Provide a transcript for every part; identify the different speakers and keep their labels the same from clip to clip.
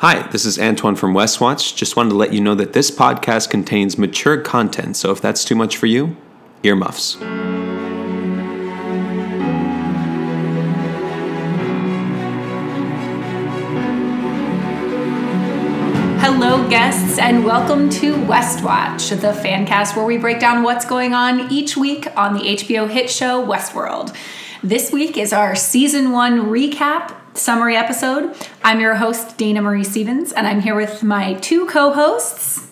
Speaker 1: Hi, this is Antoine from Westwatch. Just wanted to let you know that this podcast contains mature content, so if that's too much for you, earmuffs.
Speaker 2: Hello, guests, and welcome to Westwatch, the fan cast where we break down what's going on each week on the HBO hit show Westworld. This week is our season one recap summary episode. I'm your host, Dana Marie Stevens, and I'm here with my two co hosts.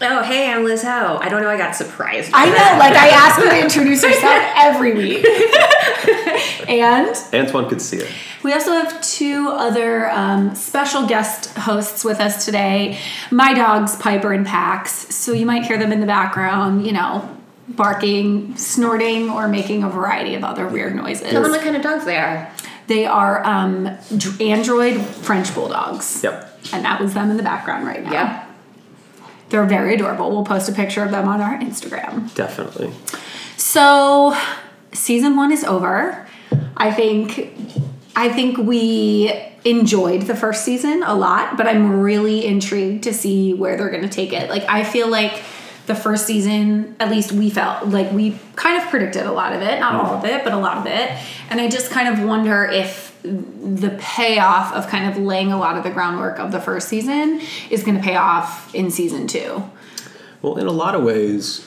Speaker 3: Oh, hey, I'm Liz Ho. I don't know, I got surprised. by
Speaker 2: I know,
Speaker 3: that.
Speaker 2: like, I ask her to introduce herself every week. and
Speaker 1: Antoine could see it.
Speaker 2: We also have two other um, special guest hosts with us today. My dogs, Piper and Pax. So you might hear them in the background, you know, barking, snorting, or making a variety of other weird
Speaker 3: Tell them
Speaker 2: noises.
Speaker 3: what kind of dogs they are.
Speaker 2: They are um, dr- android French bulldogs.
Speaker 1: Yep.
Speaker 2: And that was them in the background right now.
Speaker 3: Yeah.
Speaker 2: They're very adorable. We'll post a picture of them on our Instagram.
Speaker 1: Definitely.
Speaker 2: So season one is over. I think I think we enjoyed the first season a lot, but I'm really intrigued to see where they're gonna take it. Like I feel like the first season, at least we felt like we kind of predicted a lot of it, not all of it, but a lot of it. And I just kind of wonder if the payoff of kind of laying a lot of the groundwork of the first season is going to pay off in season two.
Speaker 4: Well, in a lot of ways,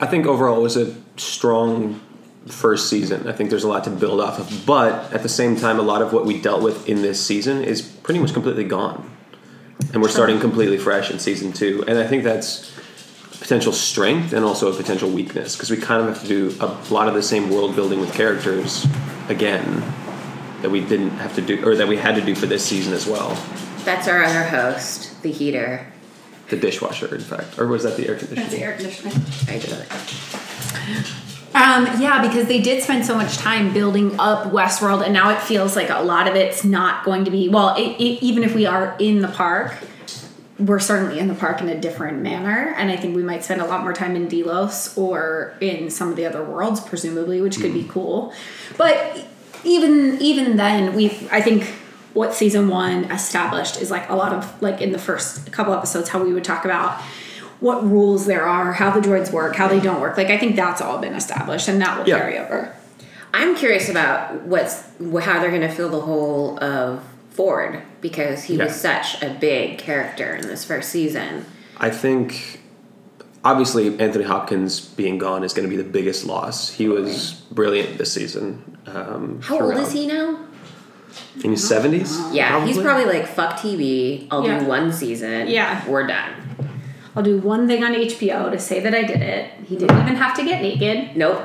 Speaker 4: I think overall it was a strong first season. I think there's a lot to build off of, but at the same time, a lot of what we dealt with in this season is pretty much completely gone, and we're starting completely fresh in season two. And I think that's a potential strength and also a potential weakness because we kind of have to do a lot of the same world building with characters again that we didn't have to do or that we had to do for this season as well.
Speaker 3: That's our other host, the heater.
Speaker 4: The dishwasher, in fact, or was that the air conditioning?
Speaker 2: air conditioning.
Speaker 3: I do it.
Speaker 2: Um, yeah, because they did spend so much time building up Westworld, and now it feels like a lot of it's not going to be. Well, it, it, even if we are in the park, we're certainly in the park in a different manner, and I think we might spend a lot more time in Delos or in some of the other worlds, presumably, which could be
Speaker 4: Mm-hmm.
Speaker 2: cool. But even even then, we I think what season one established is like a lot of like in the first couple episodes how we would talk about what rules there are, how the droids work, how they don't work. Like I think that's all been established, and that will
Speaker 4: Yeah.
Speaker 2: carry over.
Speaker 3: I'm curious about what's how they're going to fill the hole of Ford because he
Speaker 4: Yeah.
Speaker 3: was such a big character in this first season.
Speaker 4: I think obviously Anthony Hopkins being gone is going to be the biggest loss. He was brilliant this season. Um,
Speaker 3: How old
Speaker 4: throughout.
Speaker 3: is he now?
Speaker 4: In his seventies.
Speaker 3: Yeah, he's probably like fuck TV. I'll
Speaker 2: Yeah.
Speaker 3: do one season.
Speaker 2: Yeah.
Speaker 3: we're done.
Speaker 2: I'll do one thing on HBO to say that I did it. He didn't even have to get naked.
Speaker 3: Nope.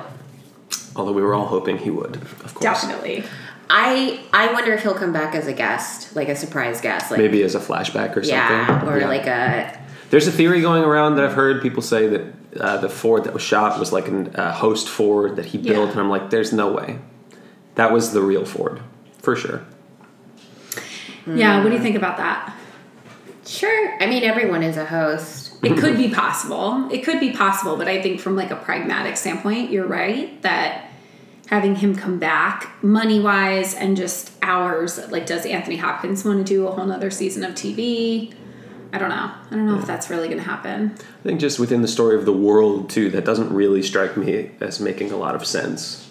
Speaker 4: Although we were all hoping he would, of course.
Speaker 2: Definitely.
Speaker 3: I I wonder if he'll come back as a guest, like a surprise guest, like
Speaker 4: Maybe as a flashback or something.
Speaker 3: yeah, or like a
Speaker 4: There's a theory going around that I've heard people say that uh, the Ford that was shot was like a uh, host Ford that he
Speaker 2: Yeah.
Speaker 4: built, and I'm like, there's no way. That was the real Ford, for sure. Mm.
Speaker 2: Yeah. What do you think about that?
Speaker 3: Sure. I mean, everyone is a host.
Speaker 2: It could be possible. It could be possible, but I think from like a pragmatic standpoint, you're right that having him come back money wise and just hours, like does Anthony Hopkins want to do a whole nother season of TV? I don't know. I don't know if that's really gonna happen.
Speaker 4: I think just within the story of the world too, that doesn't really strike me as making a lot of sense.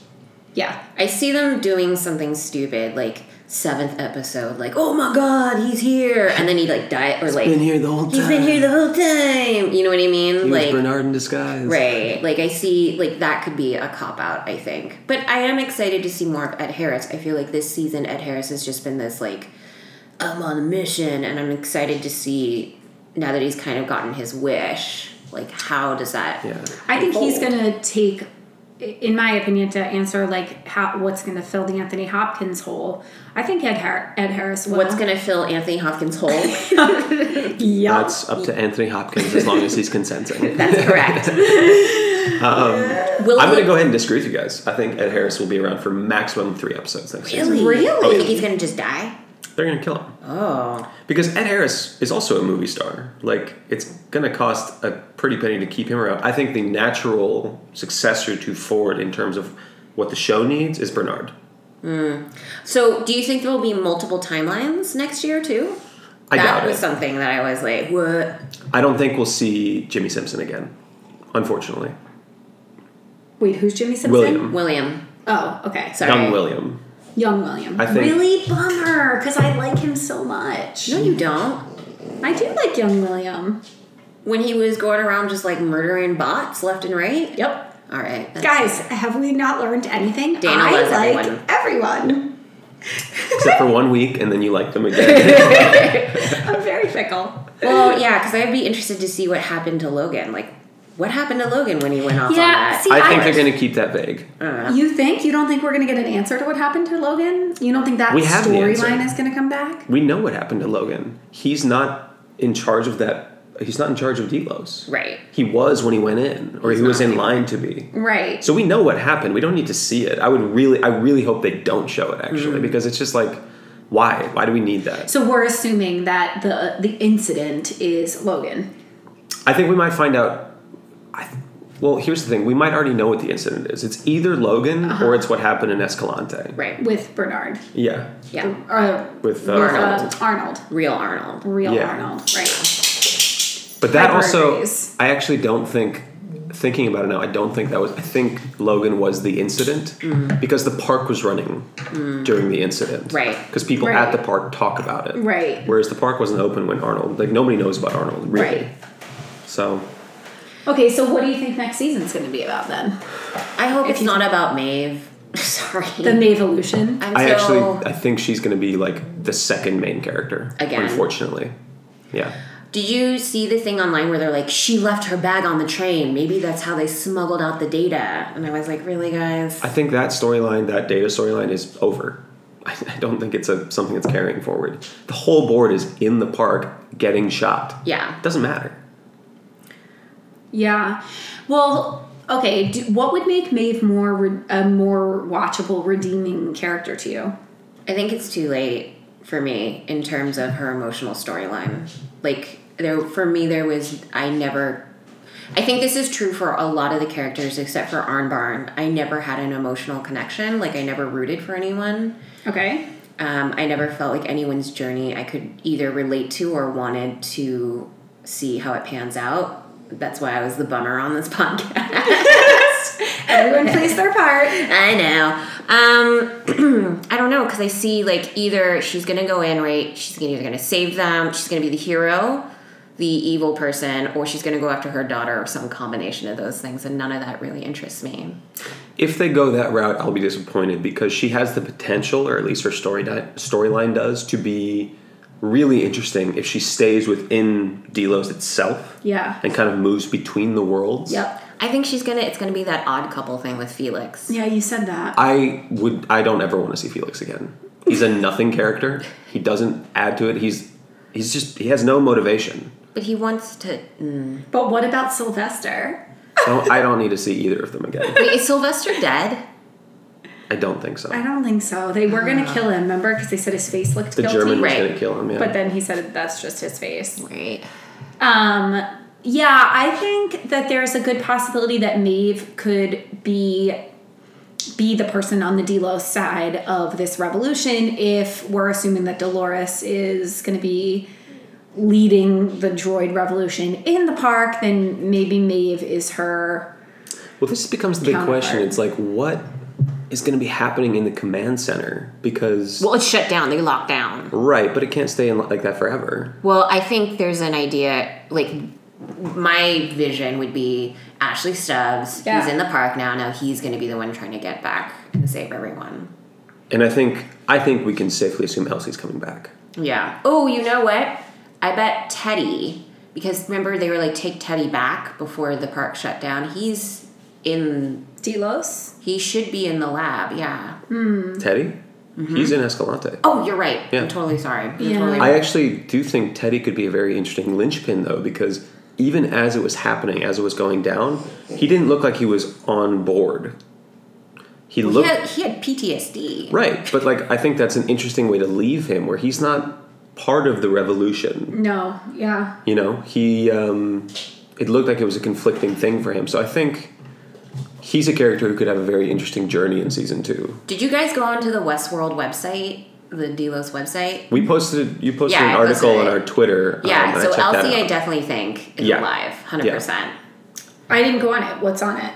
Speaker 2: Yeah.
Speaker 3: I see them doing something stupid, like seventh episode, like oh my god, he's here, and then he like die or like
Speaker 4: been here the whole
Speaker 3: he's been
Speaker 4: time.
Speaker 3: here the whole time. You know what I mean?
Speaker 4: He
Speaker 3: like
Speaker 4: was Bernard in disguise.
Speaker 3: right, like I see like that could be a cop out. I think, but I am excited to see more of Ed Harris. I feel like this season Ed Harris has just been this like I'm on a mission, and I'm excited to see now that he's kind of gotten his wish. Like how does that?
Speaker 4: Yeah.
Speaker 2: I think he's
Speaker 3: Bold.
Speaker 2: gonna take, in my opinion, to answer like how what's gonna fill the Anthony Hopkins hole. I think Ed, Har- Ed Harris will.
Speaker 3: What's gonna fill Anthony Hopkins' hole?
Speaker 2: yeah.
Speaker 4: That's up to Anthony Hopkins as long as he's consenting.
Speaker 3: That's correct. Will
Speaker 4: Um, I'm going
Speaker 3: he-
Speaker 4: to go ahead and disagree with you guys. I think Ed Harris will be around for maximum three episodes next season. Oh,
Speaker 3: Really?
Speaker 2: Really?
Speaker 3: You think he's gonna just die?
Speaker 4: They're going to kill him.
Speaker 3: Oh.
Speaker 4: Because Ed Harris is also a movie star. Like, it's going to cost a pretty penny to keep him around. I think the natural successor to Ford in terms of what the show needs is Bernard.
Speaker 3: So, do you think there will be multiple timelines next year too?
Speaker 4: I I
Speaker 3: that
Speaker 4: doubt
Speaker 3: was
Speaker 4: it.
Speaker 3: something that I was like, what?
Speaker 4: I don't think we'll see Jimmy Simpson again, unfortunately.
Speaker 2: Wait, who's Jimmy Simpson?
Speaker 4: William.
Speaker 3: William.
Speaker 2: Oh, okay. Sorry.
Speaker 3: Sorry.
Speaker 4: Young William.
Speaker 2: Young William.
Speaker 4: I think-
Speaker 2: Really bummer, because I like him so much.
Speaker 3: No, you don't.
Speaker 2: I do like Young William.
Speaker 3: When he was going around just like murdering bots left and right.
Speaker 2: Yep.
Speaker 3: All right. that's-
Speaker 2: Guys, have we not learned anything?
Speaker 3: Dana
Speaker 2: I
Speaker 3: loves
Speaker 2: like
Speaker 3: everyone.
Speaker 2: everyone.
Speaker 4: Except for one week, and then you like them again.
Speaker 2: I'm very fickle.
Speaker 3: Well, yeah, because I'd be interested to see what happened to Logan. Like, what happened to Logan when he went off on
Speaker 2: Yeah,
Speaker 3: that?
Speaker 2: see-
Speaker 4: I think they're going to keep that vague.
Speaker 2: You think? You don't think we're going to get an answer to what happened to Logan? You don't think that
Speaker 4: We have the answer.
Speaker 2: storyline is going to come back?
Speaker 4: We know what happened to Logan. He's not in charge of that. He's not in charge of Delos.
Speaker 3: right.
Speaker 4: He was when he went in, or he was in line to be.
Speaker 2: Right.
Speaker 4: So we know what happened. We don't need to see it. I would really, I really hope they don't show it
Speaker 3: Mm.
Speaker 4: actually, because it's just like, why? Why do we need that?
Speaker 2: So we're assuming that the the incident is Logan.
Speaker 4: I think we might find out. I, th- well, here's the thing: we might already know what the incident is. It's either Logan or it's what happened in Escalante.
Speaker 3: Uh-huh. Right.
Speaker 2: with Bernard.
Speaker 4: Yeah.
Speaker 3: Yeah.
Speaker 2: Or
Speaker 4: With, uh,
Speaker 2: Arnold.
Speaker 4: Arnold.
Speaker 2: Arnold.
Speaker 3: Real Arnold.
Speaker 2: Real
Speaker 4: Yeah.
Speaker 2: Arnold. Right.
Speaker 4: But that
Speaker 2: Hyper
Speaker 4: also,
Speaker 2: agrees.
Speaker 4: I actually don't think. Thinking about it now, I don't think that was. I think Logan was the incident because the park was running during the incident.
Speaker 3: Right.
Speaker 4: Because people
Speaker 2: Right.
Speaker 4: at the park talk about it.
Speaker 2: Right.
Speaker 4: Whereas the park wasn't open when Arnold. Like nobody knows about Arnold really.
Speaker 2: Right.
Speaker 4: So
Speaker 2: Okay, so what do you think next season's going to be about then?
Speaker 3: I hope it's not about Maeve. Sorry.
Speaker 2: The
Speaker 4: Mm-hmm.
Speaker 2: Mavolution.
Speaker 3: I'm
Speaker 4: I
Speaker 3: so,
Speaker 4: actually I think she's going to be like the second main character.
Speaker 3: Again.
Speaker 4: unfortunately. Yeah.
Speaker 3: Did you see the thing online where they're like, she left her bag on the train? Maybe that's how they smuggled out the data. And I was like, really, guys?
Speaker 4: I think that storyline, that data storyline, is over. I, I don't think it's a something that's carrying forward. The whole board is in the park getting shot.
Speaker 3: Yeah.
Speaker 4: Doesn't matter.
Speaker 2: Yeah. Well, okay, do, what would make Maeve more re- a more watchable redeeming character to you?
Speaker 3: I think it's too late for me in terms of her emotional storyline. Like there for me there was I never I think this is true for a lot of the characters except for Arnbarn. I never had an emotional connection. Like I never rooted for anyone.
Speaker 2: Okay?
Speaker 3: Um, I never felt like anyone's journey I could either relate to or wanted to see how it pans out. That's why I was the bummer on this podcast.
Speaker 2: Everyone plays their part.
Speaker 3: I know. Um, I don't know because I see like either she's gonna go in right, she's gonna either gonna save them, she's gonna be the hero, the evil person, or she's gonna go after her daughter or some combination of those things, and none of that really interests me.
Speaker 4: If they go that route, I'll be disappointed because she has the potential, or at least her story di- storyline does, to be really interesting if she stays within Delos itself
Speaker 2: Yeah.
Speaker 4: and kind of moves between the worlds.
Speaker 2: Yep.
Speaker 3: I think she's gonna it's gonna be that odd couple thing with Felix.
Speaker 2: Yeah, you said that.
Speaker 4: I would. I don't ever want to see Felix again. He's a nothing character. He doesn't add to it. He's he's just he has no motivation.
Speaker 3: But he wants to. Mm.
Speaker 2: But what about Sylvester?
Speaker 4: I don't, I don't need to see either of them again.
Speaker 3: Wait, is Sylvester dead?
Speaker 4: I don't think so.
Speaker 2: I don't think so. They were going to kill him, remember? Because they said his face looked
Speaker 4: The
Speaker 2: guilty.
Speaker 4: German was
Speaker 3: Right.
Speaker 4: going to kill him. Yeah.
Speaker 2: Ah. But then he said that's just his face.
Speaker 3: Right.
Speaker 2: Um, yeah, I think that there's a good possibility that Maeve could be be the person on the Delos side of this revolution if we're assuming that Dolores is going to be leading the droid revolution in the park, then maybe Maeve is her.
Speaker 4: well, this becomes the big
Speaker 2: Counterpart.
Speaker 4: question. It's like what is going to be happening in the command center because
Speaker 3: Well, it's shut down. They locked down.
Speaker 4: right, but it can't stay in like that forever.
Speaker 3: Well, I think there's an idea. Like, my vision would be Ashley Stubbs.
Speaker 2: Yeah.
Speaker 3: He's in the park now. Now he's going to be the one trying to get back and save everyone.
Speaker 4: And I think I think we can safely assume Elsie's coming back.
Speaker 3: Yeah. Oh, you know what? I bet Teddy, because remember they were like, take Teddy back before the park shut down. He's in.
Speaker 2: Delos?
Speaker 3: He should be in the lab. Yeah.
Speaker 4: Teddy, he's in Escalante.
Speaker 3: Oh, you're right.
Speaker 4: Yeah.
Speaker 3: I'm totally sorry. I'm
Speaker 2: Yeah.
Speaker 3: totally
Speaker 4: I
Speaker 3: right.
Speaker 4: actually do think Teddy could be a very interesting linchpin, though, because even as it was happening, as it was going down, he didn't look like he was on board. He
Speaker 3: Well,
Speaker 4: looked
Speaker 3: he, had, he had PTSD.
Speaker 4: right, but like I think that's an interesting way to leave him, where he's not part of the revolution.
Speaker 2: No, yeah.
Speaker 4: You know, he um, it looked like it was a conflicting thing for him. So I think he's a character who could have a very interesting journey in season two.
Speaker 3: Did you guys go onto the Westworld website? the Delos website.
Speaker 4: We posted you posted
Speaker 3: Yeah,
Speaker 4: an
Speaker 3: I posted
Speaker 4: article
Speaker 3: it.
Speaker 4: on our Twitter. um, and
Speaker 3: Yeah,
Speaker 4: I
Speaker 3: so
Speaker 4: checked that
Speaker 3: Elsie, I
Speaker 4: out.
Speaker 3: definitely think is
Speaker 4: Yeah.
Speaker 3: alive, hundred percent.
Speaker 2: I didn't go on it. What's on it?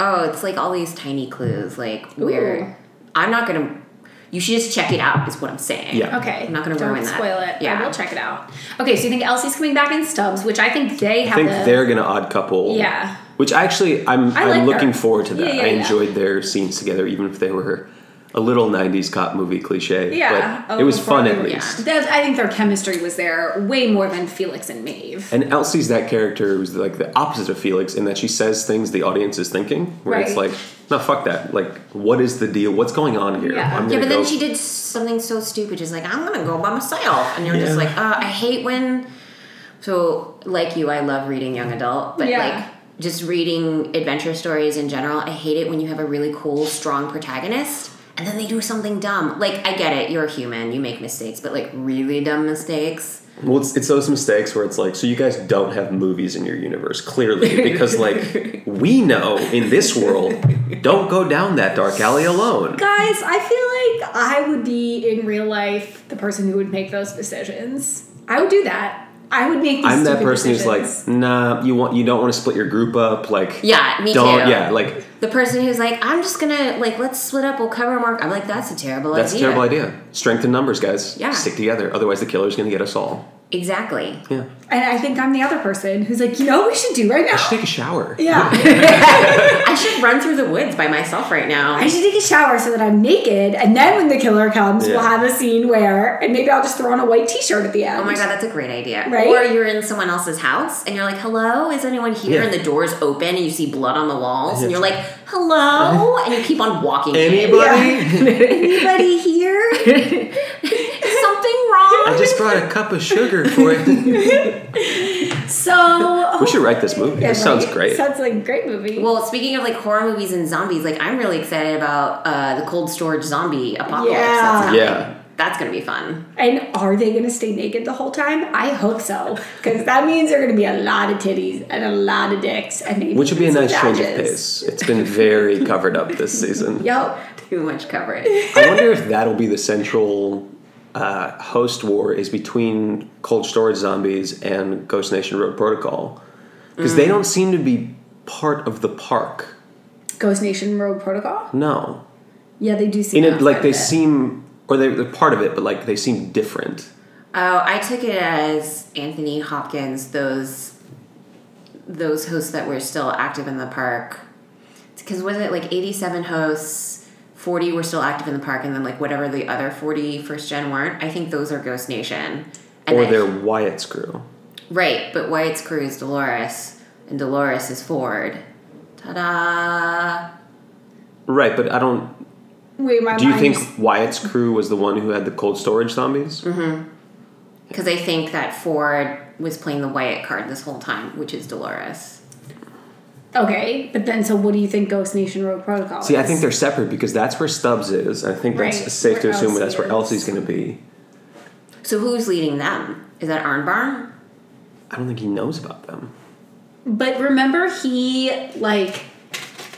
Speaker 3: Oh, it's like all these tiny clues, like
Speaker 2: Ooh.
Speaker 3: weird. I'm not gonna. You should just check it out. Is what I'm saying.
Speaker 4: Yeah.
Speaker 2: Okay,
Speaker 3: I'm not gonna
Speaker 2: don't
Speaker 3: ruin that.
Speaker 2: spoil it.
Speaker 3: Yeah.
Speaker 2: I will check it out. Okay, so you think Elsie's coming back in Stubbs, which I think they have.
Speaker 4: I think
Speaker 2: the,
Speaker 4: they're gonna odd couple.
Speaker 2: Yeah.
Speaker 4: Which actually I'm
Speaker 2: I
Speaker 4: I'm
Speaker 2: like
Speaker 4: looking
Speaker 2: her.
Speaker 4: forward to
Speaker 2: Yeah,
Speaker 4: that.
Speaker 2: yeah,
Speaker 4: I
Speaker 2: yeah.
Speaker 4: enjoyed their scenes together, even if they were a little nineties cop movie cliche.
Speaker 2: Yeah,
Speaker 4: But
Speaker 2: oh,
Speaker 4: it was
Speaker 2: before
Speaker 4: fun
Speaker 2: we-
Speaker 4: at
Speaker 2: yeah.
Speaker 4: least.
Speaker 2: That- I think their chemistry was there way more than Felix and Maeve.
Speaker 4: And Elsie's that character who's like the opposite of Felix in that she says things the audience is thinking, where it's
Speaker 2: Right.
Speaker 4: like, no, fuck that. Like, what is the deal? What's going on here?
Speaker 2: Yeah.
Speaker 4: I'm
Speaker 3: Yeah,
Speaker 4: gonna
Speaker 3: but then
Speaker 4: go-
Speaker 3: she did something so stupid. She's like, I'm gonna go by myself, and you're just
Speaker 4: Yeah.
Speaker 3: like, uh, I hate when. So, like you, I love reading young adult, but
Speaker 2: Yeah.
Speaker 3: like just reading adventure stories in general, I hate it when you have a really cool, strong protagonist. And then they do something dumb. Like, I get it, you're human, you make mistakes, but like really dumb mistakes.
Speaker 4: Well, it's, it's those mistakes where it's like, so you guys don't have movies in your universe, clearly, because like we know in this world, don't go down that dark alley alone.
Speaker 2: Guys, I feel like I would be in real life the person who would make those decisions. I would do that. I would make. These
Speaker 4: I'm that
Speaker 2: stupid
Speaker 4: person
Speaker 2: decisions.
Speaker 4: who's like, nah, you want you don't want to split your group up, like
Speaker 3: Yeah, me
Speaker 4: don't,
Speaker 3: too.
Speaker 4: yeah, like
Speaker 3: The person who's like, I'm just gonna, like, let's split up, we'll cover Mark. I'm like, that's a terrible
Speaker 4: that's a
Speaker 3: idea.
Speaker 4: terrible idea. Strength in numbers, guys.
Speaker 3: Yeah.
Speaker 4: stick together, otherwise the killer's gonna get us all.
Speaker 3: Exactly.
Speaker 4: Yeah,
Speaker 2: and I think I'm the other person who's like, you know, what we should do right
Speaker 4: I should
Speaker 2: now.
Speaker 4: take a shower.
Speaker 2: Yeah,
Speaker 3: I should run through the woods by myself right now.
Speaker 2: I should take a shower so that I'm naked, and then when the killer comes, we'll
Speaker 4: Yeah.
Speaker 2: have a scene where, and maybe I'll just throw on a white T-shirt at the end.
Speaker 3: Oh my god, that's a great idea.
Speaker 2: Right?
Speaker 3: Or you're in someone else's house and you're like, "Hello, is anyone here?"
Speaker 4: Yeah.
Speaker 3: And the door's open and you see blood on the walls and you're like, "Hello," and you keep on walking. in.
Speaker 4: Anybody?
Speaker 3: Anybody here? Is something wrong?
Speaker 4: I just brought a cup of sugar for it.
Speaker 2: So
Speaker 4: we should write this movie.
Speaker 2: Yeah,
Speaker 4: this sounds
Speaker 2: right?
Speaker 4: great.
Speaker 2: Sounds like a great movie.
Speaker 3: well, speaking of like horror movies and zombies, like I'm really excited about uh, the cold storage zombie apocalypse.
Speaker 2: Yeah.
Speaker 3: That's coming.
Speaker 4: Yeah.
Speaker 3: That's gonna be fun.
Speaker 2: and are they going to stay naked the whole time? I hope so, because that means there are going to be a lot of titties and a lot of dicks, and maybe
Speaker 4: Which would be a
Speaker 2: some
Speaker 4: nice change of
Speaker 2: badges.
Speaker 4: pace. It's been very covered up this season.
Speaker 2: Yep.
Speaker 3: Too much coverage.
Speaker 4: I wonder if that'll be the central uh, host war is between Cold Storage Zombies and Ghost Nation Road Protocol because they don't seem to be part of the park.
Speaker 2: Ghost Nation Rogue Protocol.
Speaker 4: No,
Speaker 2: Yeah, they do seem
Speaker 4: in it
Speaker 2: outside
Speaker 4: like
Speaker 2: of
Speaker 4: they
Speaker 2: it.
Speaker 4: seem or they, they're part of it, but like they seem different.
Speaker 3: Oh, I took it as Anthony Hopkins, those those hosts that were still active in the park. Because was it like 87 hosts, 40 were still active in the park, and then like whatever the other 40 first gen weren't? I think those are Ghost Nation. And
Speaker 4: or
Speaker 3: then-
Speaker 4: they're Wyatt's crew.
Speaker 3: Right, but Wyatt's crew is Dolores, and Dolores is Ford. Ta da!
Speaker 4: Right, but I don't.
Speaker 2: Wait, my
Speaker 4: Do you
Speaker 2: mind
Speaker 4: think
Speaker 2: just-
Speaker 4: Wyatt's crew was the one who had the cold storage zombies?
Speaker 3: Because I think that Ford was playing the Wyatt card this whole time, which is Dolores.
Speaker 2: Okay, but then so what do you think Ghost Nation Rogue Protocol?
Speaker 4: See, I
Speaker 2: is?
Speaker 4: think they're separate because that's where Stubbs is. and I think that's
Speaker 2: Right,
Speaker 4: safe to
Speaker 2: where
Speaker 4: assume
Speaker 2: Elsie
Speaker 4: that's where
Speaker 2: is.
Speaker 4: Elsie's going to be.
Speaker 3: So who's leading them? Is that Arnbarn?
Speaker 4: I don't think he knows about them.
Speaker 2: But remember, he like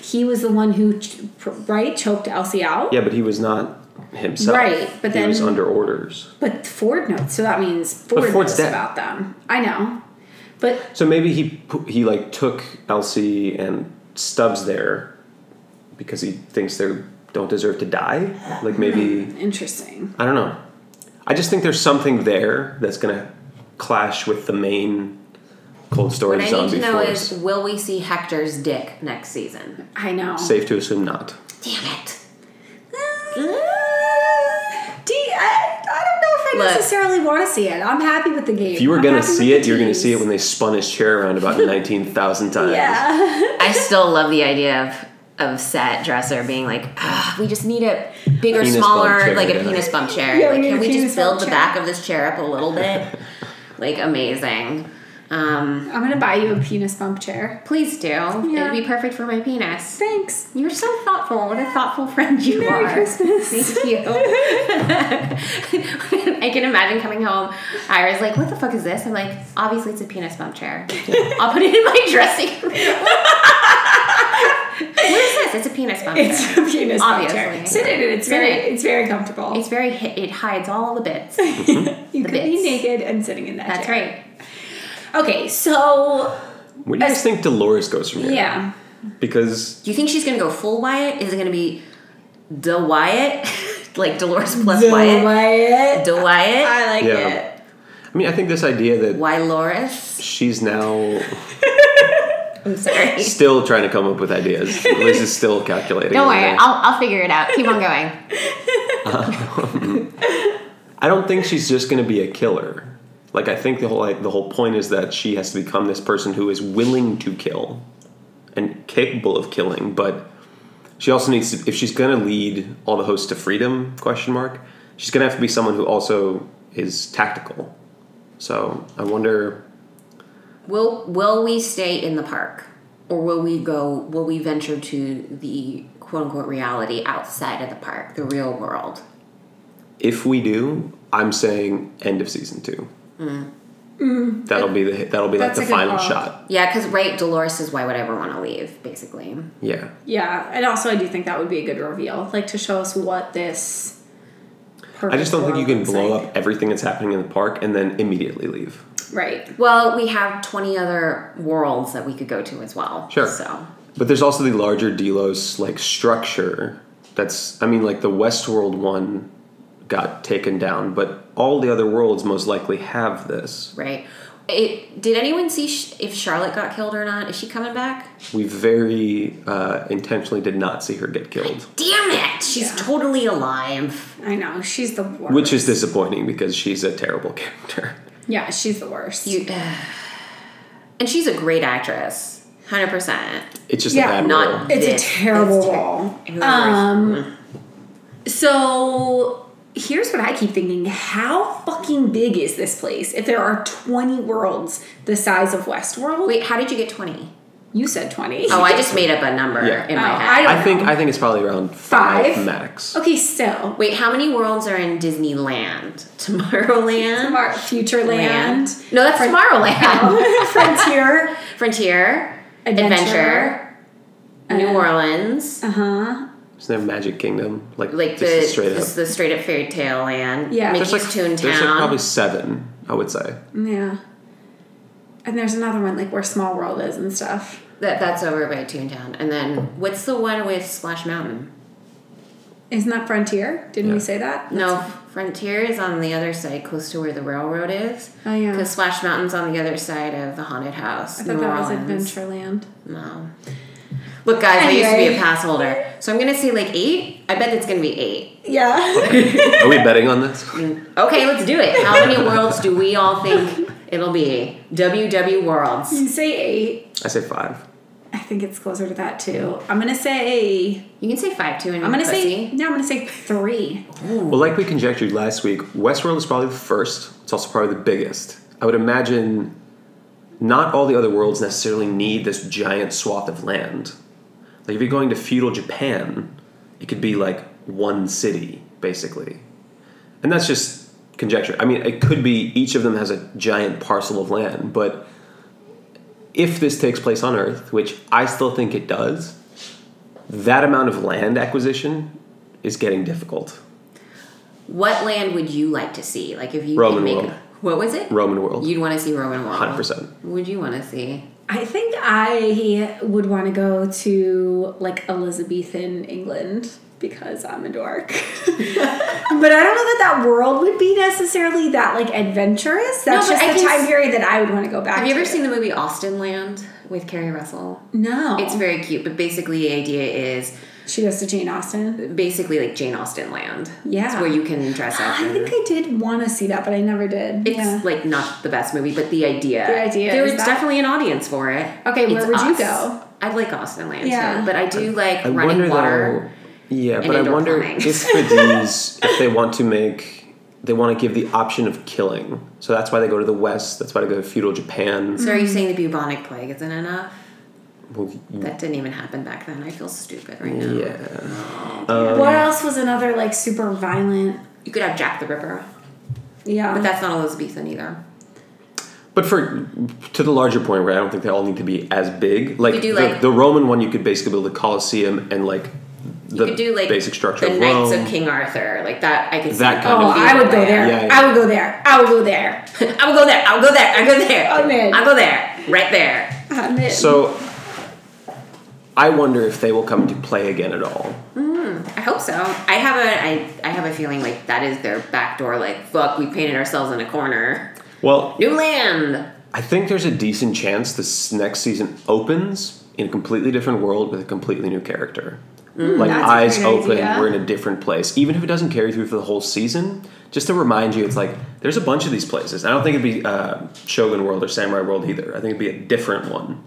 Speaker 2: he was the one who ch- pr- right choked Elsie out.
Speaker 4: Yeah, but he was not himself.
Speaker 2: Right, but
Speaker 4: he was
Speaker 2: then-
Speaker 4: under orders.
Speaker 2: But Ford knows, so that means Ford
Speaker 4: Ford's
Speaker 2: knows
Speaker 4: dead.
Speaker 2: about them. I know, but
Speaker 4: So maybe he pu- he like took Elsie and Stubbs there because he thinks they don't deserve to die. Like maybe
Speaker 2: interesting.
Speaker 4: I don't know. I just think there's something there that's gonna clash with the main cold
Speaker 3: What
Speaker 4: storage
Speaker 3: I need
Speaker 4: zombie
Speaker 3: to know
Speaker 4: force.
Speaker 3: is will we see Hector's dick next season?
Speaker 2: I know.
Speaker 4: Safe to assume not.
Speaker 3: Damn it.
Speaker 2: Do you- I, I don't know if I
Speaker 3: Look.
Speaker 2: necessarily want to see it. I'm happy with the game.
Speaker 4: If you were gonna see it, you're gonna see it when they spun his chair around about nineteen thousand times.
Speaker 2: Yeah.
Speaker 3: I still love the idea of of set dresser being like, "Ah, we just need a bigger,
Speaker 4: Penis bump
Speaker 3: smaller,
Speaker 4: chair,
Speaker 3: like a
Speaker 4: yeah.
Speaker 3: penis bump chair.
Speaker 2: Yeah, we
Speaker 3: like,
Speaker 2: need
Speaker 3: can
Speaker 2: a
Speaker 3: we
Speaker 2: penis
Speaker 3: just
Speaker 2: bump
Speaker 3: build the
Speaker 2: chair."
Speaker 3: back of this chair up a little bit? like, amazing. Um,
Speaker 2: I'm gonna buy you a penis bump chair.
Speaker 3: please do.
Speaker 2: Yeah.
Speaker 3: It'd be perfect for my penis.
Speaker 2: Thanks.
Speaker 3: You're so thoughtful. What a thoughtful friend you
Speaker 2: Merry
Speaker 3: are.
Speaker 2: Christmas.
Speaker 3: Thank you. I can imagine coming home. Ira's like, "What the fuck is this?" I'm like, "Obviously, it's a penis bump chair. I'll put it in my dressing room." Where's is. It's a penis bump.
Speaker 2: It's a penis
Speaker 3: Obviously.
Speaker 2: Obviously. Sit in it. It's very,
Speaker 3: Sit in it.
Speaker 2: it's very comfortable.
Speaker 3: It's very. hi- It hides all the bits.
Speaker 2: you
Speaker 3: the
Speaker 2: could be
Speaker 3: bits.
Speaker 2: naked and sitting in that.
Speaker 3: That's
Speaker 2: chair.
Speaker 3: right.
Speaker 2: Okay, so
Speaker 4: Where do you guys think Dolores goes from here?
Speaker 2: yeah,
Speaker 4: Because
Speaker 3: Do you think she's gonna go full Wyatt? Is it gonna be the Wyatt, like Dolores plus
Speaker 2: Wyatt.
Speaker 3: Wyatt? The Wyatt.
Speaker 2: I like
Speaker 4: Yeah.
Speaker 2: it.
Speaker 4: I mean, I think this idea that
Speaker 3: Why Loris?
Speaker 4: she's now
Speaker 3: I'm sorry.
Speaker 4: still trying to come up with ideas. Liz is still calculating.
Speaker 3: Don't worry,
Speaker 4: everything.
Speaker 3: I'll, I'll figure it out. Keep on going.
Speaker 4: I don't think she's just going to be a killer. Like I think the whole like, the whole point is that she has to become this person who is willing to kill and capable of killing, but she also needs to if she's going to lead all the hosts to freedom question mark, she's going to have to be someone who also is tactical. So, I wonder
Speaker 3: Will Will we stay in the park, or will we go? Will we venture to the quote unquote reality outside of the park, the real world?
Speaker 4: if we do, I'm saying end of season 2. That'll be the that'll be like
Speaker 2: Mm-hmm. That's
Speaker 4: the
Speaker 2: a good
Speaker 4: final
Speaker 2: call.
Speaker 4: shot.
Speaker 3: Yeah, because right, Dolores is why would I ever want to leave? Basically,
Speaker 4: Yeah.
Speaker 2: Yeah, and also I do think that would be a good reveal, like to show us what this.
Speaker 4: I just don't think you can
Speaker 2: perfect
Speaker 4: blow
Speaker 2: world
Speaker 4: up everything that's happening in the park and then immediately leave.
Speaker 2: looks like. Right.
Speaker 3: well, we have twenty other worlds that we could go to as well.
Speaker 4: Sure.
Speaker 3: So
Speaker 4: But there's also the larger Delos like structure. That's I mean like the Westworld one got taken down, but all the other worlds most likely have this.
Speaker 3: right, it, did anyone see sh- if Charlotte got killed or not? Is she coming back?
Speaker 4: We very uh, intentionally did not see her get killed,
Speaker 3: Damn it! She's totally alive.
Speaker 2: I know she's the worst.
Speaker 4: which is disappointing because she's a terrible character.
Speaker 2: yeah, she's the worst.
Speaker 3: You, and she's a great actress, hundred percent.
Speaker 4: It's just
Speaker 2: Yeah,
Speaker 4: a bad
Speaker 3: not-
Speaker 4: role.
Speaker 2: it's
Speaker 3: This-
Speaker 2: a terrible
Speaker 3: it's ter-
Speaker 2: role.
Speaker 3: It was Mm-hmm.
Speaker 2: um, so here's what I keep thinking: How fucking big is this place? If there are 20 worlds the size of Westworld,
Speaker 3: Wait, how did you get 20?
Speaker 2: you said 20.
Speaker 3: Oh, I just made up a number
Speaker 4: Yeah.
Speaker 3: in my
Speaker 2: Oh,
Speaker 3: head.
Speaker 2: I don't-
Speaker 4: I think I think it's probably around five,
Speaker 2: Five?
Speaker 4: max.
Speaker 2: okay, still
Speaker 3: Wait, how many worlds are in Disneyland? Tomorrowland?
Speaker 2: Tomorrow, Futureland,
Speaker 3: Land? No, that's Tomorrowland.
Speaker 2: Frontier,
Speaker 3: Frontier,
Speaker 2: Adventure.
Speaker 3: Adventure, New Orleans,
Speaker 2: uh huh,
Speaker 4: Isn't there Magic Kingdom? Like,
Speaker 3: like
Speaker 4: just
Speaker 3: the
Speaker 4: the straight
Speaker 3: this,
Speaker 4: up.
Speaker 3: the straight up fairy tale land.
Speaker 2: Yeah.
Speaker 3: Mickey's
Speaker 4: There's like,
Speaker 3: Toontown.
Speaker 4: there's like probably seven, I would say.
Speaker 2: yeah. And there's another one like where Small World is and stuff.
Speaker 3: that, that's over by Toontown. And then what's the one with Splash Mountain?
Speaker 2: Isn't that Frontier? Didn't we
Speaker 4: Yeah.
Speaker 2: say that?
Speaker 3: No, Frontier is on the other side, close to where the railroad is.
Speaker 2: Oh yeah,
Speaker 3: Because Splash Mountain's on the other side of the haunted house.
Speaker 2: I thought
Speaker 3: New
Speaker 2: that was
Speaker 3: Orleans.
Speaker 2: Adventureland.
Speaker 3: No. Look, guys, I used to be
Speaker 2: Anyway.
Speaker 3: a pass holder. So I'm going to say like eight. I bet it's going to be eight.
Speaker 2: Yeah.
Speaker 4: Are we betting on this?
Speaker 3: Okay, let's do it. How many worlds do we all think it'll be? WW worlds.
Speaker 2: you say eight.
Speaker 4: I say five.
Speaker 2: I think it's closer to that too. I'm gonna say.
Speaker 3: You can say five, two, and
Speaker 2: I'm gonna
Speaker 3: pussy.
Speaker 2: say. No, I'm gonna say three.
Speaker 4: Well, like we conjectured last week, Westworld is probably the first. It's also probably the biggest. I would imagine not all the other worlds necessarily need this giant swath of land. Like if you're going to feudal Japan, it could be like one city basically, and that's just conjecture. I mean, it could be each of them has a giant parcel of land, but if this takes place on Earth, which I still think it does, that amount of land acquisition is getting difficult.
Speaker 3: What land would you like to see? Like if you could
Speaker 4: Roman
Speaker 3: make
Speaker 4: world.
Speaker 3: What was it?
Speaker 4: Roman world.
Speaker 3: You'd want to see Roman world.
Speaker 4: 100%.
Speaker 3: Would you want to see?
Speaker 2: I think I would want to go to like Elizabethan England because I'm a dork. but I don't know that that world would be necessarily that like adventurous. That's
Speaker 3: No, but
Speaker 2: just
Speaker 3: I
Speaker 2: the
Speaker 3: can
Speaker 2: time
Speaker 3: s-
Speaker 2: period that I would want to go back.
Speaker 3: Have you ever
Speaker 2: to.
Speaker 3: seen the movie Austin Land with Carrie Russell?
Speaker 2: No,
Speaker 3: It's very cute, but basically the idea is
Speaker 2: She goes to Jane Austen.
Speaker 3: basically like Jane Austen land.
Speaker 2: Yeah.
Speaker 3: It's where you can dress up.
Speaker 2: I
Speaker 3: and-
Speaker 2: think I did want to see that, but I never did.
Speaker 3: It's
Speaker 2: yeah.
Speaker 3: like not the best movie, but the idea.
Speaker 2: The idea
Speaker 3: There
Speaker 2: is
Speaker 3: is
Speaker 2: that-
Speaker 3: definitely an audience for it.
Speaker 2: Okay, where
Speaker 3: It's
Speaker 2: would you
Speaker 3: us.
Speaker 2: go?
Speaker 3: I'd like Austin Land
Speaker 2: Yeah.
Speaker 3: too, but I do like
Speaker 4: I
Speaker 3: running
Speaker 4: wonder
Speaker 3: water.
Speaker 4: though. Yeah, but I
Speaker 3: indoor
Speaker 4: wonder
Speaker 3: plumbing.
Speaker 4: if for these, if they want to make, they want to give the option of killing. So that's why they go to the West. That's why they go to feudal Japan.
Speaker 3: So are you
Speaker 2: Hmm.
Speaker 3: saying the bubonic plague isn't enough?
Speaker 4: Well,
Speaker 3: That didn't even happen back then. I feel stupid right now.
Speaker 4: yeah.
Speaker 2: what else was another like super violent?
Speaker 3: You could have Jack the Ripper,
Speaker 2: Yeah,
Speaker 3: but that's not Elizabethan either.
Speaker 4: But But for to the larger point, where I don't think they all need to be as big. Like,
Speaker 3: could do,
Speaker 4: the,
Speaker 3: like-
Speaker 4: the Roman one, you could basically build a Colosseum and like the
Speaker 3: you could do like
Speaker 4: basic structure
Speaker 3: the
Speaker 4: of
Speaker 3: Knights
Speaker 4: Rome.
Speaker 3: of King Arthur, like that. I could see
Speaker 4: That kind
Speaker 5: Oh,
Speaker 4: of
Speaker 5: I would go there.
Speaker 4: Yeah, yeah.
Speaker 5: I would go there. I would go there.
Speaker 3: I would go there. I would go there. I go there.
Speaker 5: I'm in.
Speaker 3: I go there. Right there.
Speaker 2: Um,
Speaker 5: I'm in.
Speaker 4: So I wonder if they will come into play again at all.
Speaker 3: I hope so. I have a I, I have a feeling like that is their back door. Like fuck, we painted ourselves in a corner.
Speaker 4: Well,
Speaker 3: New land.
Speaker 4: I think there's a decent chance this next season opens in a completely different world with a completely new character. like
Speaker 5: that's a
Speaker 4: eyes
Speaker 5: great
Speaker 4: open,
Speaker 5: idea.
Speaker 4: we're in a different place. Even if it doesn't carry through for the whole season, just to remind you, it's like there's a bunch of these places. I don't think it'd be uh, Shogun World or Samurai World either. I think it'd be a different one.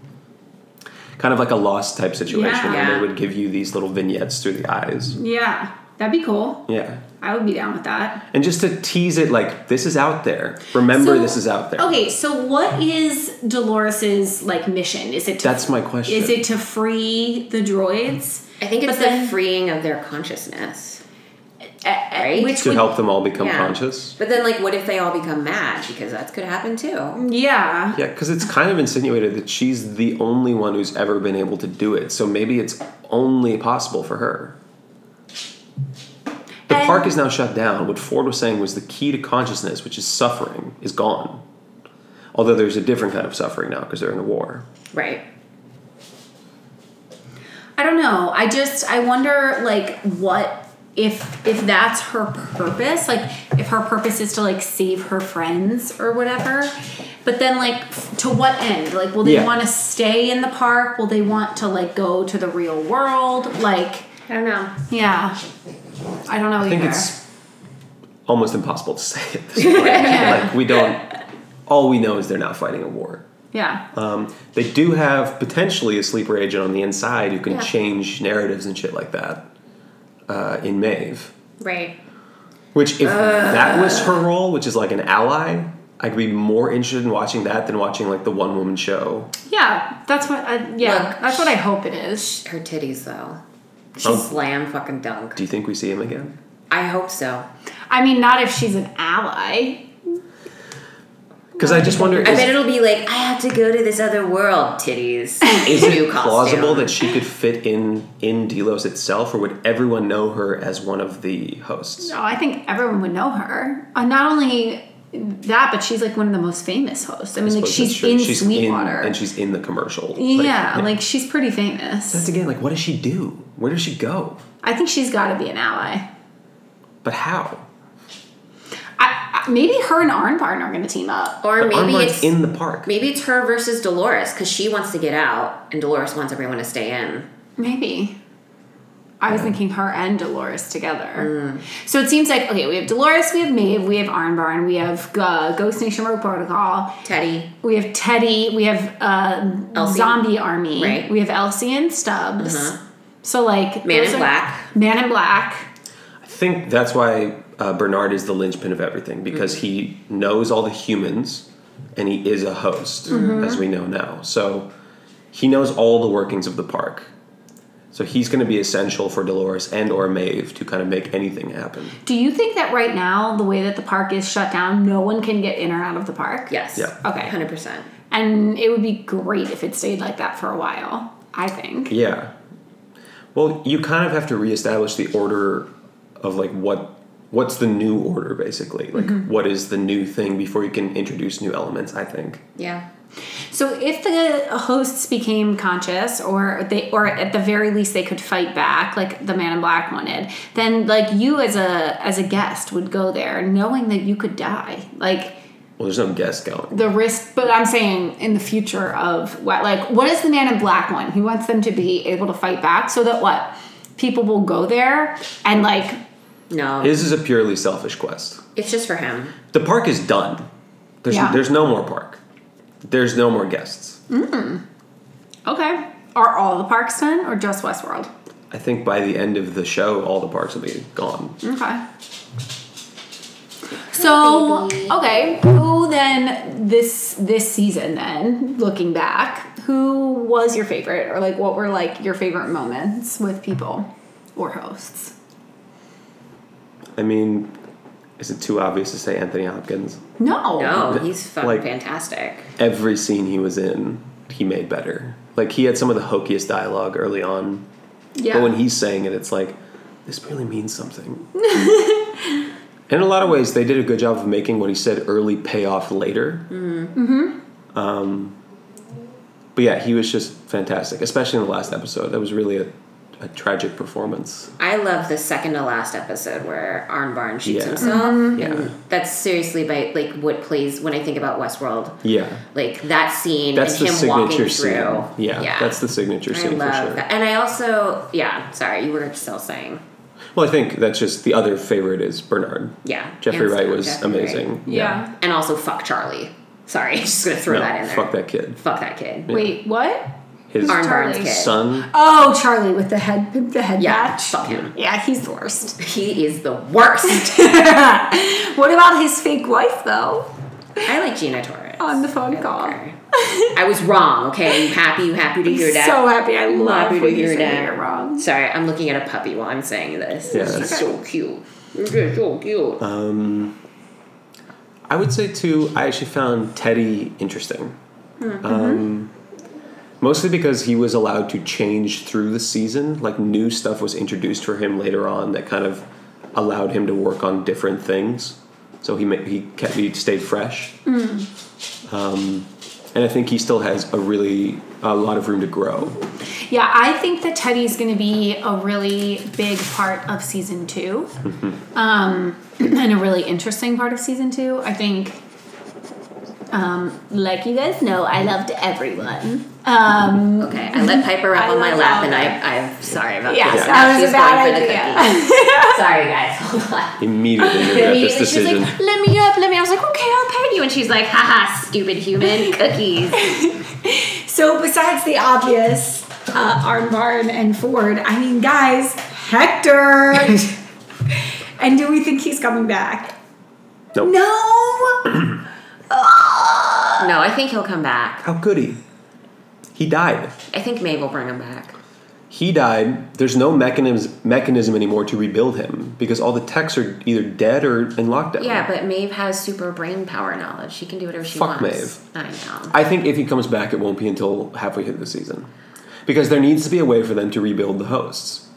Speaker 4: Kind of like a lost type situation where
Speaker 3: Yeah.
Speaker 4: they would give you these little vignettes through the eyes.
Speaker 5: yeah, that'd be cool.
Speaker 4: Yeah.
Speaker 5: I would be down with that.
Speaker 4: and just to tease it like this is out there remember
Speaker 2: So-
Speaker 4: this is out there
Speaker 2: Okay, so what is Dolores's like mission? Is it to,
Speaker 4: that's my question
Speaker 2: is it to free the droids?
Speaker 3: I think it's
Speaker 2: But
Speaker 3: the
Speaker 2: then-
Speaker 3: freeing of their consciousness.
Speaker 2: Uh, uh,
Speaker 3: Right?
Speaker 2: Which
Speaker 4: to
Speaker 2: would,
Speaker 4: help them all become
Speaker 3: Yeah.
Speaker 4: conscious
Speaker 3: But then, like, what if they all become mad? Because that could happen too.
Speaker 2: yeah.
Speaker 4: yeah because it's kind of insinuated that she's the only one who's ever been able to do it so maybe it's only possible for her the
Speaker 2: And-
Speaker 4: park is now shut down what ford was saying was the key to consciousness which is suffering is gone although there's a different kind of suffering now because they're in a war
Speaker 3: Right.
Speaker 2: I don't know. I just I wonder like what if if that's her purpose, like if her purpose is to like save her friends or whatever. But then like f- to what end? Like will they
Speaker 4: Yeah.
Speaker 2: want to stay in the park? Will they want to like go to the real world? Like
Speaker 3: I don't know.
Speaker 2: yeah. I don't know
Speaker 4: I think
Speaker 2: either.
Speaker 4: it's almost impossible to say at this point. Like we don't. All we know is they're not fighting a war.
Speaker 2: yeah.
Speaker 3: Uh,
Speaker 4: Um, they do have potentially a sleeper agent on the inside who can
Speaker 3: Yeah.
Speaker 4: change narratives and shit like that uh, in Maeve.
Speaker 3: Right.
Speaker 4: Which, if that was her role, which is like an ally, I could be more interested in watching that than watching like the one woman show.
Speaker 2: yeah, that's what I yeah,
Speaker 3: Look,
Speaker 2: that's what I hope it is.
Speaker 3: Her titties, though. She
Speaker 4: Oh.
Speaker 3: slam fucking dunk.
Speaker 4: Do you think we see him again?
Speaker 3: I hope so.
Speaker 2: I mean, not if she's an ally.
Speaker 4: Because I just wonder.
Speaker 3: I
Speaker 4: is-
Speaker 3: bet it'll be like, I have to go to this other world, titties.
Speaker 4: is
Speaker 3: New
Speaker 4: it plausible
Speaker 3: costume.
Speaker 4: that she could fit in in Delos itself, or would everyone know her as one of the hosts?
Speaker 2: No, I think everyone would know her. Uh, not only that, but she's like one of the most famous hosts. I mean, like
Speaker 4: Suppose that's
Speaker 2: she's
Speaker 4: true.
Speaker 2: in Sweetwater.
Speaker 4: and she's in the commercial. Like,
Speaker 2: yeah, like she's pretty
Speaker 4: that's
Speaker 2: famous.
Speaker 4: again, like, what does she do? Where does she go?
Speaker 2: I think she's got to be an ally.
Speaker 4: But how?
Speaker 2: I, I, maybe her and Arnbarn are going to team up.
Speaker 3: Or
Speaker 4: But
Speaker 3: maybe
Speaker 4: Armbarn's
Speaker 3: it's
Speaker 4: in the park.
Speaker 3: maybe it's her versus Dolores because she wants to get out and Dolores wants everyone to stay in.
Speaker 2: Maybe. I was thinking her and Dolores together. So it seems like okay, we have Dolores, we have Maeve, we have Arnbarn, we have uh, Ghost Nation Road Protocol,
Speaker 3: Teddy,
Speaker 2: we have Teddy, we have uh,
Speaker 3: Elsie.
Speaker 2: Zombie Army,
Speaker 3: Right. Uh-huh.
Speaker 2: we have Elsie and Stubbs. So like
Speaker 3: Man
Speaker 2: those
Speaker 3: in
Speaker 2: are-
Speaker 3: Black.
Speaker 2: Man in Black.
Speaker 4: I think that's why uh, Bernard is the linchpin of everything because
Speaker 3: Mm-hmm.
Speaker 4: he knows all the humans and he is a host,
Speaker 3: Mm-hmm.
Speaker 4: as we know now. So he knows all the workings of the park. So he's going to be essential for Dolores and or Maeve to kind of make anything happen.
Speaker 2: Do you think that right now, the way that the park is shut down, no one can get in or out of the park?
Speaker 3: Yes.
Speaker 4: Yeah.
Speaker 2: Okay.
Speaker 3: Hundred percent.
Speaker 2: And it would be great if it stayed like that for a while, I think.
Speaker 4: Yeah. Well, you kind of have to reestablish the order of like what what's the new order basically. Like
Speaker 3: Mm-hmm.
Speaker 4: what is the new thing before you can introduce new elements, I think.
Speaker 3: Yeah.
Speaker 2: So if the hosts became conscious or they or at the very least they could fight back like the man in black wanted, then like you as a as a guest would go there knowing that you could die. Like
Speaker 4: Well, there's no guess going.
Speaker 2: the risk but i'm saying in the future of what like what is the man in black one he wants them to be able to fight back so that what people will go there and like
Speaker 3: No.
Speaker 4: This is a purely selfish quest.
Speaker 3: it's just for him.
Speaker 4: The park is done. There's
Speaker 2: Yeah.
Speaker 4: there's no more park. There's no more guests.
Speaker 2: okay are all the parks done or just westworld
Speaker 4: I think by the end of the show all the parks will be gone.
Speaker 2: okay so okay who then this this season then looking back who was your favorite or like what were like your favorite moments with people or hosts
Speaker 4: I mean, Is it too obvious to say Anthony Hopkins?
Speaker 2: No.
Speaker 3: No, he's fucking
Speaker 4: Oh, Like-
Speaker 3: fantastic.
Speaker 4: Every scene he was in, he made better. Like he had some of the hokiest dialogue early on,
Speaker 2: Yeah.
Speaker 4: but when he's saying it, it's like this really means something. in a lot of ways, they did a good job of making what he said early pay off later. Mm-hmm. Um, but yeah, he was just fantastic, especially in the last episode. That was really a, a tragic performance.
Speaker 3: I love the second to last episode where Arnbarn shoots
Speaker 4: Yeah.
Speaker 3: himself.
Speaker 4: Yeah,
Speaker 3: That's seriously by like what plays when I think about Westworld.
Speaker 4: yeah.
Speaker 3: Like that scene
Speaker 4: That's
Speaker 3: and
Speaker 4: the
Speaker 3: him walking
Speaker 4: signature
Speaker 3: through.
Speaker 4: scene. Yeah, that's the signature
Speaker 3: I
Speaker 4: scene for
Speaker 3: love
Speaker 4: sure.
Speaker 3: that. And I also, yeah, sorry, you were still saying.
Speaker 4: Well, I think that's just the other favorite is Bernard.
Speaker 3: Yeah.
Speaker 4: Jeffrey
Speaker 3: hands
Speaker 4: Wright
Speaker 3: down,
Speaker 4: was
Speaker 3: Jeffrey
Speaker 4: amazing.
Speaker 3: Wright.
Speaker 2: yeah.
Speaker 3: And also, fuck Charlie. Sorry, just gonna throw
Speaker 4: No,
Speaker 3: that in there.
Speaker 4: fuck that kid.
Speaker 3: Fuck that kid.
Speaker 2: Wait, what?
Speaker 4: His
Speaker 3: Arnbarn's
Speaker 2: Charlie.
Speaker 3: kid.
Speaker 4: son.
Speaker 5: Oh, Charlie with the head, the head
Speaker 3: Yeah,
Speaker 5: patch.
Speaker 3: fuck him.
Speaker 5: Yeah, he's the worst.
Speaker 3: He is the worst.
Speaker 5: what about his fake wife though?
Speaker 3: I like Gina Torres.
Speaker 5: On the
Speaker 3: I
Speaker 5: phone
Speaker 3: like
Speaker 5: call,
Speaker 3: her. I was wrong. Okay, you happy? You happy to hear that?
Speaker 5: so happy. I love
Speaker 3: happy to
Speaker 5: when you
Speaker 3: hear
Speaker 5: say
Speaker 3: that.
Speaker 5: you're wrong.
Speaker 3: Sorry, I'm looking at a puppy while I'm saying this.
Speaker 4: Yeah,
Speaker 3: This is
Speaker 4: that's-
Speaker 3: so cute. This is so cute.
Speaker 4: Um, I would say too. I actually found Teddy interesting.
Speaker 3: Hmm.
Speaker 4: Um, mostly because he was allowed to change through the season. Like new stuff was introduced for him later on that kind of allowed him to work on different things. So he ma- he kept he stayed fresh.
Speaker 3: Hmm.
Speaker 4: Um, and I think he still has a really a lot of room to grow.
Speaker 2: Yeah, I think that Teddy's going to be a really big part of season 2 um, and a really interesting part of season two. I think, um, like you guys know, I loved everyone. Um,
Speaker 3: Okay, I let Piper up
Speaker 2: I
Speaker 3: on my
Speaker 2: love
Speaker 3: lap, and
Speaker 2: Oliver.
Speaker 3: I, I'm sorry about
Speaker 5: Yes,
Speaker 3: this.
Speaker 5: that
Speaker 3: Now
Speaker 5: was
Speaker 3: she's
Speaker 5: a bad
Speaker 3: going for the
Speaker 5: idea.
Speaker 3: cookie. sorry, guys. Hold on.
Speaker 4: Immediately made that this
Speaker 3: Immediately, she's
Speaker 4: decision.
Speaker 3: like, "Let me up, let me." up." I was like, "Okay, I'll pet you," and she's like, "Haha, stupid human cookies."
Speaker 5: So besides the obvious, uh, Armbarn and Ford, I mean, guys, Hector. and do we think he's coming back?
Speaker 4: Nope.
Speaker 5: No. Ah.
Speaker 3: No, I think he'll come back.
Speaker 4: How could he? He died.
Speaker 3: I think Maeve will bring him back.
Speaker 4: he died, there's no mechanism mechanism anymore to rebuild him because all the techs are either dead or in lockdown.
Speaker 3: Yeah, but Maeve has super brain power knowledge. She can do whatever she
Speaker 4: Fuck
Speaker 3: wants. I know.
Speaker 4: I think if he comes back, it won't be until halfway through the season because there needs to be a way for them to rebuild the hosts.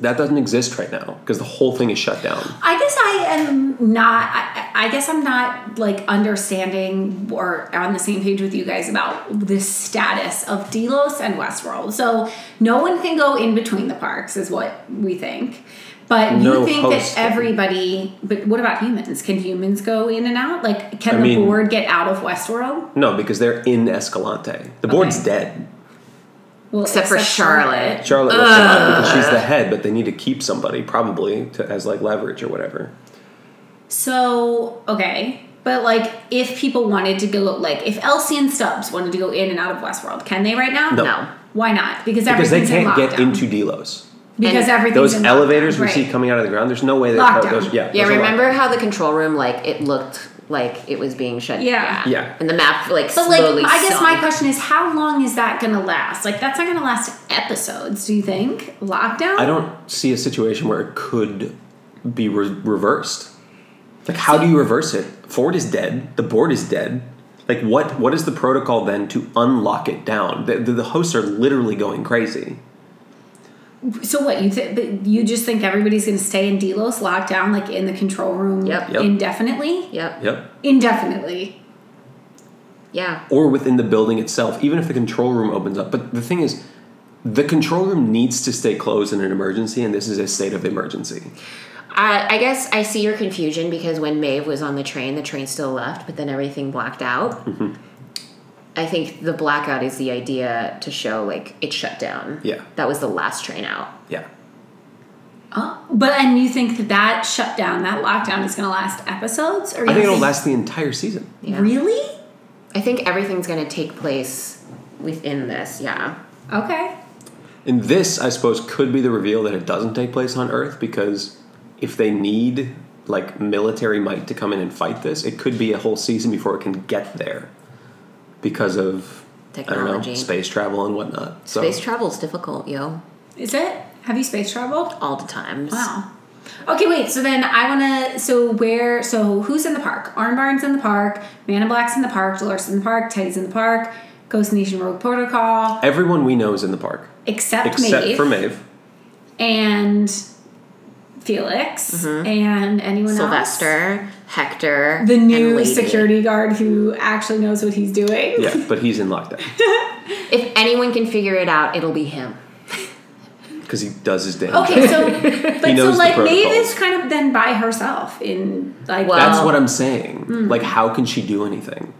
Speaker 4: That doesn't exist right now because the whole thing is shut down.
Speaker 2: I guess I am not. I, I guess I'm not like understanding or on the same page with you guys about the status of Delos and Westworld. So no one can go in between the parks, is what we think. But you
Speaker 4: No
Speaker 2: think
Speaker 4: host.
Speaker 2: that everybody. But what about humans? Can humans go in and out? Like,
Speaker 4: I
Speaker 2: can the
Speaker 4: mean-
Speaker 2: board get out of Westworld?
Speaker 4: No, because they're in Escalante. The board's
Speaker 2: Okay.
Speaker 4: dead.
Speaker 2: Well,
Speaker 3: Except for Charlotte.
Speaker 4: Charlotte left them out because she's the head, but they need to keep somebody probably to, as like leverage or whatever.
Speaker 2: So okay, but like, if people wanted to go, like, if Elsie and Stubbs wanted to go in and out of Westworld, can they right now?
Speaker 4: No.
Speaker 2: Why not? Because
Speaker 4: Because they
Speaker 2: everything's
Speaker 4: can't
Speaker 2: in
Speaker 4: get
Speaker 2: lockdown.
Speaker 4: into Delos.
Speaker 2: because
Speaker 3: And
Speaker 2: everything's
Speaker 4: Those
Speaker 2: in
Speaker 4: elevators
Speaker 2: lockdown.
Speaker 4: we
Speaker 2: right.
Speaker 4: see coming out of the ground, there's no way that
Speaker 2: Lockdown.
Speaker 4: those, yeah,
Speaker 3: Yeah,
Speaker 4: those are locked.
Speaker 3: remember how the control room like it looked like it was being shut?
Speaker 2: Yeah.
Speaker 3: down?
Speaker 4: Yeah.
Speaker 3: And the map like
Speaker 2: But like,
Speaker 3: slowly.
Speaker 2: I guess
Speaker 3: sunk.
Speaker 2: my question is, how long is that going to last? Like, that's not going to last episodes. Do you think lockdown?
Speaker 4: I don't see a situation where it could be re- reversed. Like, how do you reverse it? Ford is dead. The board is dead. Like, what? What is the protocol then to unlock it down? The, the, the hosts are literally going crazy.
Speaker 2: So what you think? But you just think everybody's going to stay in Delos lockdown, like in the control room,
Speaker 3: Yep.
Speaker 4: Yep.
Speaker 2: indefinitely,
Speaker 3: Yep.
Speaker 4: Yep.
Speaker 2: indefinitely.
Speaker 3: Yeah.
Speaker 4: Or within the building itself, even if the control room opens up. But the thing is, the control room needs to stay closed in an emergency, and this is a state of emergency.
Speaker 3: I, I guess I see your confusion because when Maeve was on the train, the train still left, but then everything blacked out.
Speaker 4: Mm-hmm.
Speaker 3: I think the blackout is the idea to show like it shut down.
Speaker 4: Yeah.
Speaker 3: That was the last train out.
Speaker 4: Yeah.
Speaker 2: Oh, but and you think that that shutdown, that lockdown, is going to last episodes? Or
Speaker 4: I
Speaker 2: you
Speaker 4: think it'll last the entire season.
Speaker 3: Yeah.
Speaker 2: Really?
Speaker 3: I think everything's gonna take place within this. Yeah.
Speaker 2: Okay.
Speaker 4: And this, I suppose, could be the reveal that it doesn't take place on Earth because if they need like military might to come in and fight this, it could be a whole season before it can get there because of I don't know
Speaker 3: Technology.
Speaker 4: space travel and whatnot. So
Speaker 3: Space travel's difficult, yo.
Speaker 2: Is it? Have you space traveled?
Speaker 3: All the times.
Speaker 2: Wow. Okay, wait. So then I want to. So where? So who's in the park? Arn Barnes in the park. Man in Black's in the park. Dolores in the park. Teddy's in the park. Ghost Nation Rogue Protocol.
Speaker 4: Everyone we know is in the park,
Speaker 2: Except,
Speaker 4: except
Speaker 2: Maeve
Speaker 4: for Maeve.
Speaker 2: and Felix and anyone else.
Speaker 3: Mm-hmm. Sylvester, Hector,
Speaker 2: The
Speaker 3: and
Speaker 2: new
Speaker 3: Lady.
Speaker 2: security guard who actually knows what he's doing.
Speaker 4: Yeah, but he's in lockdown
Speaker 3: If anyone can figure it out, it'll be him.
Speaker 4: because he does his damn. job.
Speaker 2: Okay, so but so
Speaker 4: knows the
Speaker 2: like Maeve
Speaker 4: protocols.
Speaker 2: is kind of then by herself in like
Speaker 3: Well- Hmm.
Speaker 4: That's
Speaker 3: Wow.
Speaker 4: what I'm saying. Like, how can she do anything?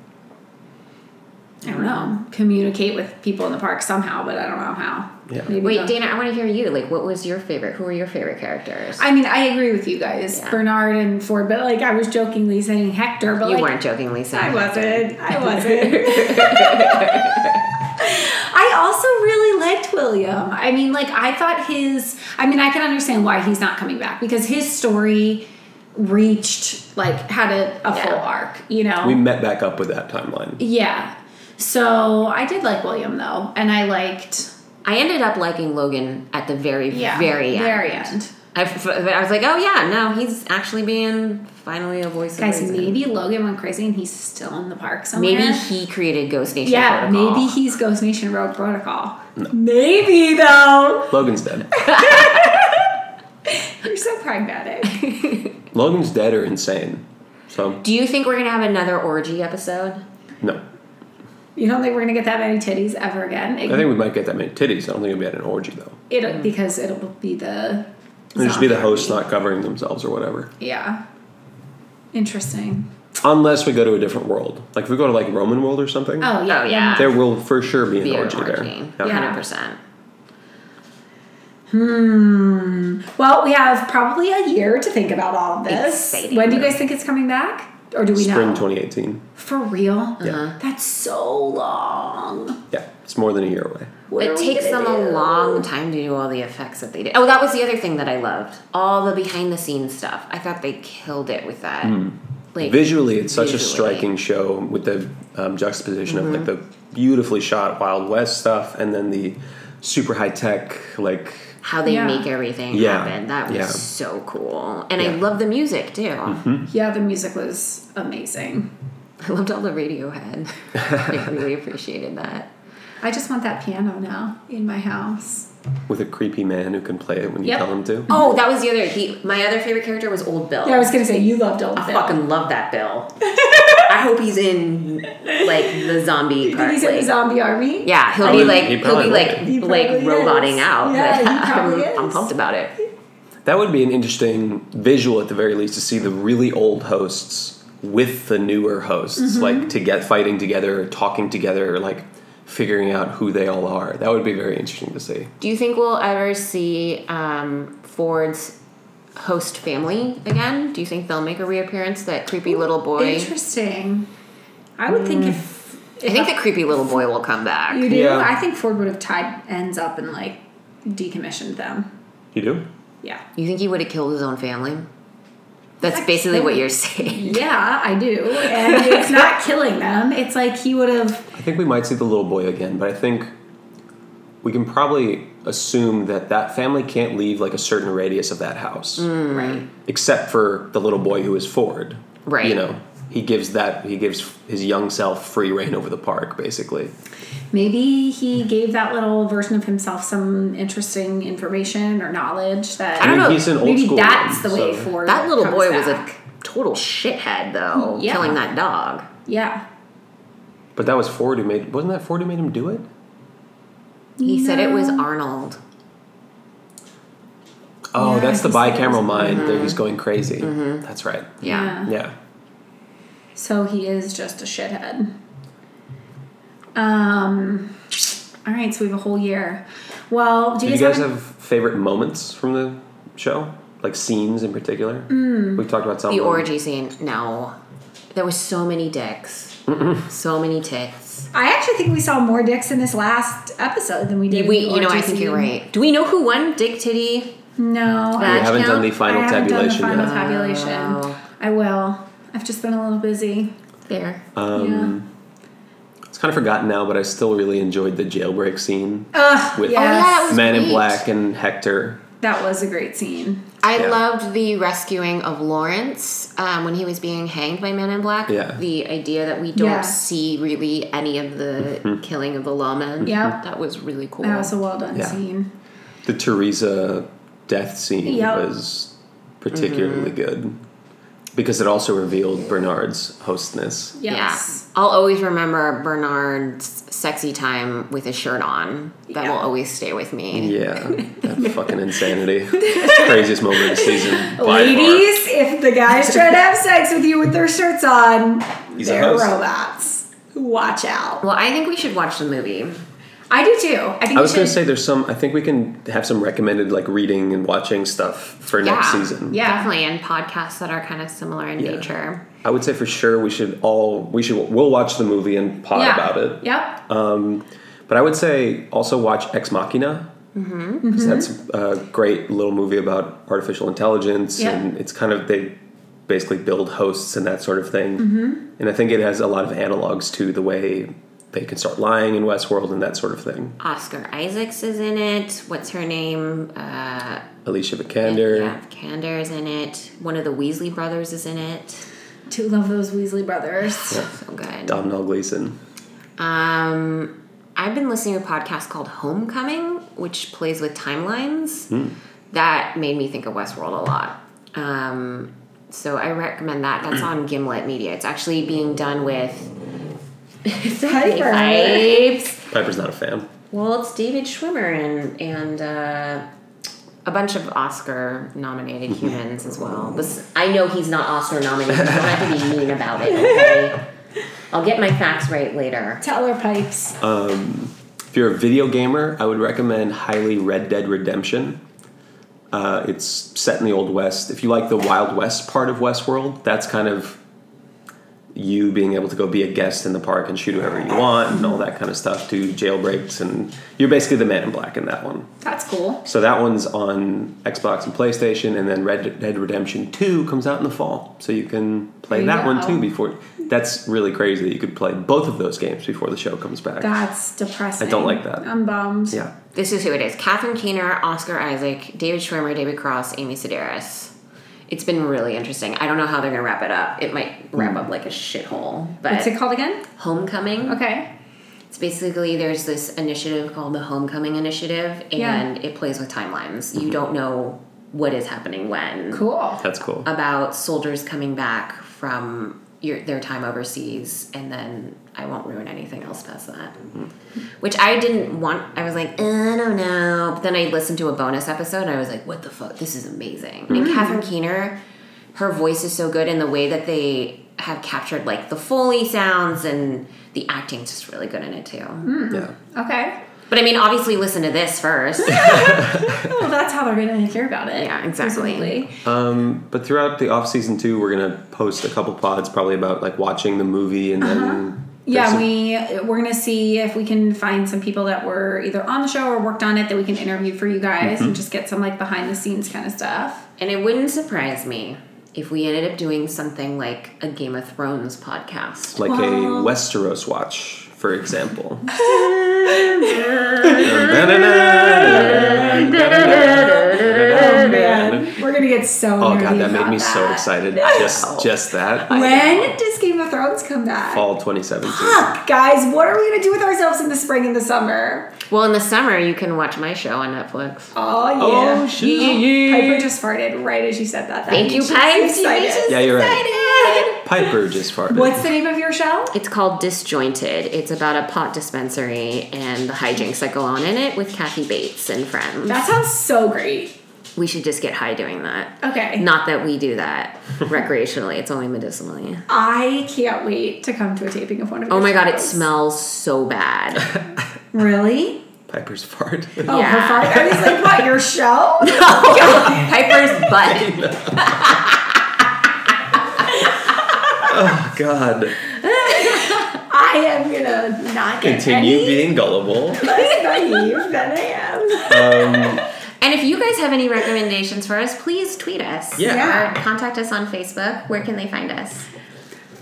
Speaker 2: I don't know communicate with people in the park somehow, but I don't know how.
Speaker 4: Yeah.
Speaker 2: Maybe
Speaker 3: Wait,
Speaker 2: the-
Speaker 3: Dana, I want to hear you. Like, what was your favorite? Who were your favorite characters?
Speaker 2: I mean, I agree with you guys,
Speaker 3: Yeah.
Speaker 2: Bernard and Ford. But like, I was jokingly saying Hector, but
Speaker 3: you
Speaker 2: like,
Speaker 3: weren't jokingly
Speaker 2: I
Speaker 3: saying.
Speaker 2: wasn't. I wasn't. I also really liked William. I mean, like, I thought his. I mean, I can understand why he's not coming back because his story reached, like, had a, a
Speaker 3: Yeah.
Speaker 2: full arc, you know?
Speaker 4: We met back up with that timeline.
Speaker 2: yeah. So I did like William, though. And I liked.
Speaker 3: I ended up liking Logan at the very,
Speaker 2: Yeah.
Speaker 3: very end.
Speaker 2: Very end.
Speaker 3: I, f- I was like, oh yeah, no, he's actually being finally a voice
Speaker 2: Guys,
Speaker 3: of reason.
Speaker 2: maybe Logan went crazy and he's still in the park somewhere.
Speaker 3: Maybe he created Ghost Nation.
Speaker 2: Yeah,
Speaker 3: Protocol.
Speaker 2: maybe he's Ghost Nation Rogue Protocol. Maybe though.
Speaker 4: Logan's dead.
Speaker 2: You're so pragmatic.
Speaker 4: Logan's dead or insane. So,
Speaker 3: Do you think we're gonna have another orgy episode?
Speaker 4: no.
Speaker 2: You don't think we're gonna get that many titties ever again? It,
Speaker 4: I think we might get that many titties. I don't think it'll be at an orgy, though.
Speaker 2: it'll because it'll be the.
Speaker 4: It'll just be the
Speaker 2: zombie
Speaker 4: hosts
Speaker 2: army.
Speaker 4: not covering themselves or whatever.
Speaker 2: Yeah. Interesting.
Speaker 4: Unless we go to a different world. Like, if we go to, like, Roman world or something,
Speaker 2: Oh yeah.
Speaker 3: Oh, yeah.
Speaker 4: there will for sure be an
Speaker 3: Be an
Speaker 4: orgy,
Speaker 3: orgy,
Speaker 4: there.
Speaker 2: Yeah.
Speaker 3: hundred percent.
Speaker 2: Hmm. Well, we have probably a year to think about all of this.
Speaker 3: Exciting.
Speaker 2: When do you guys think it's coming back? Or do we Uh-huh.
Speaker 4: Spring
Speaker 2: know?
Speaker 4: 2018.
Speaker 2: For real?
Speaker 4: Yeah.
Speaker 3: Uh-huh.
Speaker 2: That's so long.
Speaker 4: Yeah. It's more than a year away.
Speaker 2: What are
Speaker 3: It
Speaker 2: we
Speaker 3: takes them
Speaker 2: gonna
Speaker 3: a
Speaker 2: do?
Speaker 3: long time to do all the effects that they did. Oh, that was the other thing that I loved. All the behind the scenes stuff. I thought they killed it with that.
Speaker 4: Hmm.
Speaker 3: Like
Speaker 4: Visually, it's such a
Speaker 3: visually.
Speaker 4: striking show with the um, juxtaposition of like the beautifully shot Wild West stuff and then the super high tech, like
Speaker 3: how they
Speaker 2: Yeah.
Speaker 3: make everything
Speaker 4: Yeah.
Speaker 3: happen. That was
Speaker 4: Yeah.
Speaker 3: so cool. And I
Speaker 4: Yeah. Mm-hmm.
Speaker 3: love the music too.
Speaker 2: Yeah, the music was amazing.
Speaker 3: I loved all the Radiohead. I really appreciated that.
Speaker 2: I just want that piano now in my house.
Speaker 4: with a creepy man who can play it when you
Speaker 2: Yep.
Speaker 4: tell him to.
Speaker 3: Oh, that was the other. He, my other favorite character was Old Bill.
Speaker 2: Yeah, I was gonna say you loved Old
Speaker 3: I
Speaker 2: Bill.
Speaker 3: fucking love that Bill. I hope he's in like the zombie part.
Speaker 2: He's in the
Speaker 3: like-
Speaker 2: zombie army.
Speaker 3: Yeah, he'll
Speaker 4: Probably-
Speaker 3: be like
Speaker 4: he
Speaker 3: he will
Speaker 4: probably
Speaker 3: be like
Speaker 4: would.
Speaker 2: He
Speaker 3: like
Speaker 2: probably
Speaker 3: roboting
Speaker 2: is.
Speaker 3: out.
Speaker 2: Yeah,
Speaker 3: but
Speaker 2: he probably
Speaker 3: I'm, I'm
Speaker 2: is.
Speaker 3: pumped about it.
Speaker 4: That would be an interesting visual at the very least to see the really old hosts with the newer hosts, like to get fighting together, talking together, like figuring out who they all are. That would be very interesting to see.
Speaker 3: Do you think we'll ever see um, Ford's host family again? Do you think they'll make a reappearance? That creepy little boy.
Speaker 2: Interesting. I would think if,
Speaker 3: I
Speaker 2: if
Speaker 3: think the creepy little boy will come back.
Speaker 2: Mm. you do,
Speaker 4: Yeah.
Speaker 2: I think Ford would have tied ends up and like decommissioned them.
Speaker 4: You do?
Speaker 2: Yeah.
Speaker 3: You think he would have killed his own family? That's
Speaker 2: I
Speaker 3: basically what
Speaker 2: think-
Speaker 3: you're saying.
Speaker 2: Yeah, I do. And it's not killing them. It's like he would have
Speaker 4: I think we might see the little boy again, but I think we can probably assume that that family can't leave like a certain radius of that house,
Speaker 2: right.
Speaker 4: except for the little boy who is Ford.
Speaker 3: Right.
Speaker 4: You know, he gives that he gives his young self free reign over the park, basically.
Speaker 2: Maybe he gave that little version of himself some interesting information or knowledge that
Speaker 3: I don't
Speaker 4: mean,
Speaker 3: know.
Speaker 4: He's an old
Speaker 2: maybe
Speaker 4: school.
Speaker 2: that's
Speaker 4: one,
Speaker 2: the way
Speaker 4: so-
Speaker 2: Ford.
Speaker 3: That little
Speaker 2: comes
Speaker 3: boy was
Speaker 2: back.
Speaker 3: a total shithead, though,
Speaker 2: Yeah.
Speaker 3: killing that dog.
Speaker 2: yeah.
Speaker 4: But that was Ford who made. Wasn't that Ford who made him do it?
Speaker 3: He said it was Arnold.
Speaker 4: Oh,
Speaker 2: Yeah,
Speaker 4: that's the
Speaker 2: he said it
Speaker 4: bicameral
Speaker 2: was-
Speaker 4: mind. There he's going crazy. That's right.
Speaker 3: Yeah.
Speaker 4: Yeah.
Speaker 2: So he is just a shithead. Um. All right, so we have a whole year. Well, do
Speaker 4: Did
Speaker 2: you
Speaker 4: you
Speaker 2: guys,
Speaker 4: guys
Speaker 2: have,
Speaker 4: have favorite moments from the show? Like scenes in particular? We've talked about some.
Speaker 3: The
Speaker 4: of them.
Speaker 3: orgy scene. No. There was so many dicks. So many tits.
Speaker 2: I actually think we saw more dicks in this last episode than we did. in
Speaker 3: We,
Speaker 2: the
Speaker 3: you know, I
Speaker 2: orgy
Speaker 3: think you're
Speaker 2: scene.
Speaker 3: right. Do we know who won Dick Titty?
Speaker 2: No, I
Speaker 4: We
Speaker 3: Badge
Speaker 4: Oh, haven't done
Speaker 3: count?
Speaker 4: the final
Speaker 2: I haven't
Speaker 4: tabulation
Speaker 2: done the
Speaker 4: yet.
Speaker 2: final tabulation.
Speaker 3: Oh.
Speaker 2: I will. I've just been a little busy.
Speaker 3: There.
Speaker 4: Um, It's kind of forgotten now, but I still really enjoyed the jailbreak scene
Speaker 2: Ugh,
Speaker 4: with
Speaker 2: yes.
Speaker 3: Oh, yeah, it was
Speaker 4: Men in
Speaker 3: great.
Speaker 4: Black and Hector.
Speaker 2: that was a great scene.
Speaker 3: I
Speaker 4: Yeah.
Speaker 3: loved the rescuing of Lawrence um, when he was being hanged by Men in Black.
Speaker 4: Yeah.
Speaker 3: The idea that we don't
Speaker 2: Yeah.
Speaker 3: see really any of the
Speaker 4: Mm-hmm.
Speaker 3: killing of the lawmen.
Speaker 2: Yep.
Speaker 3: That was really cool.
Speaker 2: That was a well done
Speaker 4: Yeah.
Speaker 2: scene.
Speaker 4: The Teresa death scene
Speaker 2: Yep.
Speaker 4: was particularly good because it also revealed Bernard's hostness.
Speaker 2: Yes.
Speaker 3: Yeah. I'll always remember Bernard's sexy time with his shirt on. That will
Speaker 2: Yeah.
Speaker 3: always stay with me.
Speaker 4: Yeah, that fucking insanity. Craziest moment of the season. By
Speaker 2: Ladies, if the guys try to have sex with you with their shirts on,
Speaker 4: He's a
Speaker 2: they're
Speaker 4: host.
Speaker 2: robots. Watch out.
Speaker 3: Well, I think we should watch the movie.
Speaker 2: I do too. I think
Speaker 4: I
Speaker 2: we
Speaker 4: was
Speaker 2: should,
Speaker 4: gonna say there's some. I think we can have some recommended like reading and watching stuff for next
Speaker 3: Yeah.
Speaker 4: season.
Speaker 2: Yeah.
Speaker 3: Definitely, and podcasts that are kind of similar in
Speaker 4: Yeah.
Speaker 3: nature.
Speaker 4: I would say for sure we should all we should we'll watch the movie and pod
Speaker 2: yeah.
Speaker 4: about it.
Speaker 2: Yep.
Speaker 4: Um, but I would say also watch Ex Machina. Mm-hmm. That's a great little movie about artificial intelligence,
Speaker 2: Yeah.
Speaker 4: and it's kind of they basically build hosts and that sort of thing. Mm-hmm. And I think it has a lot of analogs to the way they can start lying in Westworld and that sort of thing.
Speaker 3: Oscar Isaacs is in it. What's her name? Uh,
Speaker 4: Alicia Vikander.
Speaker 3: Yeah, Vikander is in it. One of the Weasley brothers is in it.
Speaker 2: Two love those Weasley brothers.
Speaker 3: So good.
Speaker 4: Domhnall Gleeson.
Speaker 3: Um, I've been listening to a podcast called Homecoming, which plays with timelines.
Speaker 4: Hmm.
Speaker 3: That made me think of Westworld a lot. Um, so I recommend that. That's on Gimlet Media. It's actually being done with. Exactly,
Speaker 2: Piper.
Speaker 3: Pipes.
Speaker 4: Piper's not a fan.
Speaker 3: Well, it's David Schwimmer and and uh, a bunch of Oscar nominated humans as well. This, I know he's not Oscar nominated. You don't have to be mean about it. Okay? I'll get my facts right later.
Speaker 2: Teller pipes.
Speaker 4: Uh, If you're a video gamer, I would recommend highly Red Dead Redemption. Uh, it's set in the Old West. If you like the Wild West part of Westworld, that's kind of you being able to go be a guest in the park and shoot whoever you want and all that kind of stuff, do jailbreaks, and you're basically the man in black in that one.
Speaker 2: That's cool.
Speaker 4: So that one's on Xbox and PlayStation, and then Red Dead Redemption 2 comes out in the fall. So you can play
Speaker 2: There you
Speaker 4: that one
Speaker 2: go.
Speaker 4: too before. That's really crazy that you could play both of those games before the show comes back.
Speaker 2: That's depressing.
Speaker 4: I don't like that.
Speaker 2: I'm bummed.
Speaker 4: Yeah.
Speaker 3: This is who it is: Catherine Keener, Oscar Isaac, David Schwimmer, David Cross, Amy Sedaris. It's been really interesting. I don't know how they're gonna wrap it up. It might wrap up like a shithole. But
Speaker 2: What's it called again?
Speaker 3: Homecoming.
Speaker 2: Okay.
Speaker 3: It's basically there's this initiative called the Homecoming Initiative, and it plays with timelines. You don't know what is happening when.
Speaker 2: Cool.
Speaker 4: That's cool.
Speaker 3: About soldiers coming back from your, their time overseas, and then I won't ruin anything else past that. Which I didn't want. I was like, "Eh, I don't know. But then I listened to a bonus episode, and I was like, what the fuck? This is amazing. And Catherine Keener, her voice is so good, and the way that they have captured like the Foley sounds and the acting's just really good in it too.
Speaker 4: Yeah.
Speaker 2: Okay.
Speaker 3: But I mean, obviously, listen to this first.
Speaker 2: Well, Oh, that's how they're going to hear about it.
Speaker 3: Yeah, exactly.
Speaker 2: Presumably.
Speaker 4: Um, but throughout the off season too, we're gonna post a couple pods probably about like watching the movie and then
Speaker 2: Uh-huh. Yeah,
Speaker 4: there's some-
Speaker 2: we we're gonna see if we can find some people that were either on the show or worked on it that we can interview for you guys
Speaker 4: Mm-hmm.
Speaker 2: and just get some like behind the scenes kind of stuff.
Speaker 3: and it wouldn't surprise me if we ended up doing something like a Game of Thrones podcast.
Speaker 4: like a
Speaker 2: Well-
Speaker 4: Westeros watch, for example. oh
Speaker 2: Oh man, we're gonna get so.
Speaker 4: god,
Speaker 2: nerdy
Speaker 4: that made
Speaker 2: about
Speaker 4: me so
Speaker 2: that.
Speaker 4: excited. Just just that.
Speaker 2: When Ah. does Game of Thrones come back?
Speaker 4: Fall 2017.
Speaker 2: Fuck, guys, what are we gonna do with ourselves in the spring and the summer?
Speaker 3: Well, in the summer, you can watch my show on Netflix.
Speaker 2: Oh yeah.
Speaker 4: Oh shit.
Speaker 2: Piper just farted right as you said that. that
Speaker 3: Thank
Speaker 2: made
Speaker 3: you,
Speaker 2: me so
Speaker 3: Piper.
Speaker 2: excited.
Speaker 4: Yeah, you're right. Piper just farted.
Speaker 2: What's the name of your show?
Speaker 3: It's called Disjointed. It's about a pot dispensary and the hijinks that go on in it with Kathy Bates and friends.
Speaker 2: That sounds so great.
Speaker 3: we should just get high doing that.
Speaker 2: Okay.
Speaker 3: Not that we do that recreationally, it's only medicinally.
Speaker 2: I can't wait to come to a taping of one of
Speaker 3: Oh
Speaker 2: your
Speaker 3: my god, it
Speaker 2: shows.
Speaker 3: smells so bad.
Speaker 2: Really?
Speaker 4: Piper's fart.
Speaker 2: Oh,
Speaker 3: Yeah.
Speaker 2: her fart. I was like, what, your show?
Speaker 3: Piper's butt.
Speaker 4: Oh god.
Speaker 2: I am gonna not get
Speaker 4: Continue
Speaker 2: any
Speaker 4: being gullible. Um,
Speaker 2: less naive than I am.
Speaker 3: And if you guys have any recommendations for us, please tweet us.
Speaker 4: Yeah.
Speaker 3: Or contact us on Facebook. Where can they find us?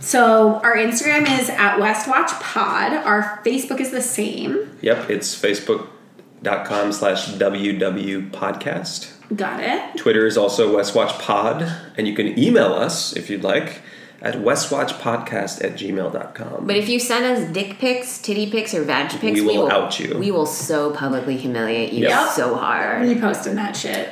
Speaker 2: So our Instagram is at WestwatchPod. Our Facebook is the same.
Speaker 4: Yep, it's facebook.com slash WW podcast.
Speaker 6: Got it.
Speaker 4: Twitter is also Westwatch Pod, and you can email us if you'd like at westwatchpodcast at gmail.com.
Speaker 3: But if you send us dick pics, titty pics, or vag
Speaker 4: We
Speaker 3: pics,
Speaker 4: will out you.
Speaker 3: We will so publicly humiliate you
Speaker 4: Yep.
Speaker 3: so hard.
Speaker 6: Reposting that shit.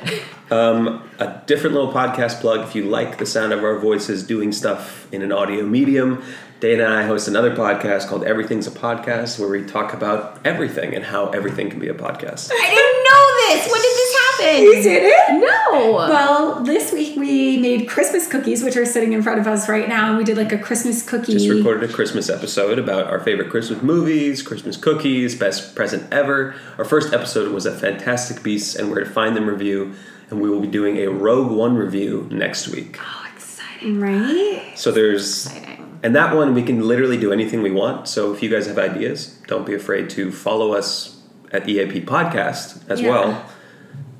Speaker 4: Um, a different little podcast plug if you like the sound of our voices doing stuff in an audio medium. Dana and I host another podcast called Everything's a Podcast where we talk about everything and how everything can be a podcast.
Speaker 3: I didn't know this. When did this happen?
Speaker 2: You did it?
Speaker 3: No.
Speaker 2: Well, this week we made Christmas cookies, which are sitting in front of us right now. We did like a Christmas cookie.
Speaker 4: Just recorded a Christmas episode about our favorite Christmas movies, Christmas cookies, best present ever. Our first episode was at Fantastic Beasts and Where to Find Them review, and we will be doing a Rogue One review next week.
Speaker 3: oh, exciting.
Speaker 2: Right?
Speaker 4: So there's.
Speaker 3: Exciting.
Speaker 4: And that one, we can literally do anything we want. So if you guys have ideas, don't be afraid to follow us at EAP Podcast as
Speaker 2: Yeah.
Speaker 4: well.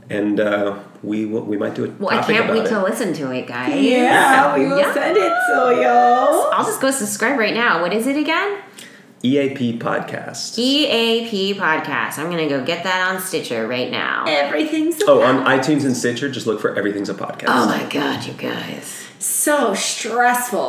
Speaker 4: And uh, we will, we might do a
Speaker 3: Well, I
Speaker 4: topic
Speaker 3: can't
Speaker 4: about
Speaker 3: wait
Speaker 4: it.
Speaker 3: to listen to it, guys.
Speaker 2: Yeah, we will
Speaker 3: Yeah.
Speaker 2: send it to y'all.
Speaker 3: I'll just go subscribe right now. What is it again?
Speaker 4: EAP E Podcast.
Speaker 3: E EAP Podcast. I'm going to go get that on Stitcher right now.
Speaker 2: Everything's
Speaker 4: oh, on iTunes and Stitcher, just look for Everything's a Podcast.
Speaker 3: Oh my god, you guys.
Speaker 2: so stressful.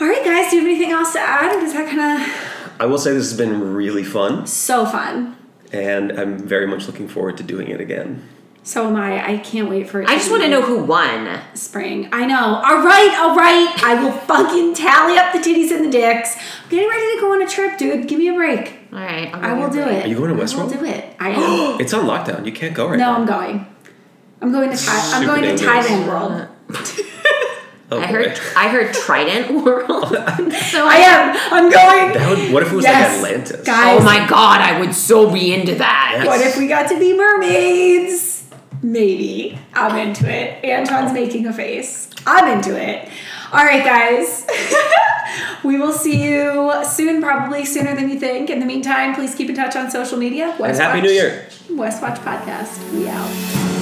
Speaker 2: All right, guys, do you have anything else to add? Because that kind of
Speaker 4: I will say this has been really fun,
Speaker 2: so fun.
Speaker 4: and I'm very much looking forward to doing it again.
Speaker 2: So am I. I can't wait for it.
Speaker 3: I just
Speaker 2: be
Speaker 3: want to know who won.
Speaker 2: spring. I know. All right, all right. I will fucking tally up the titties and the dicks. I'm getting ready to go on a trip, dude. Give me a break.
Speaker 3: All right, I'll
Speaker 2: I will do it.
Speaker 4: Are you going to
Speaker 2: I will
Speaker 4: Westworld?
Speaker 2: do it. I am.
Speaker 4: It's on lockdown. You can't go right
Speaker 2: no,
Speaker 4: now.
Speaker 2: I'm going. I'm going to Thai. I'm
Speaker 4: Super
Speaker 2: going to
Speaker 4: dangerous.
Speaker 2: Thailand World.
Speaker 4: Oh, boy.
Speaker 3: I heard I heard Trident World. Oh so
Speaker 2: I am. I'm going.
Speaker 4: That would, what if it was
Speaker 2: Yes.
Speaker 4: like Atlantis?
Speaker 2: Guys,
Speaker 3: Oh my god, I would so be into that.
Speaker 2: what if we got to be mermaids? Maybe. I'm into it. Anton's making a face. I'm into it. All right, guys. we will see you soon, probably sooner than you think. In the meantime, please keep in touch on social media.
Speaker 4: And
Speaker 2: West
Speaker 4: Happy New Year.
Speaker 2: Westwatch Podcast. We out.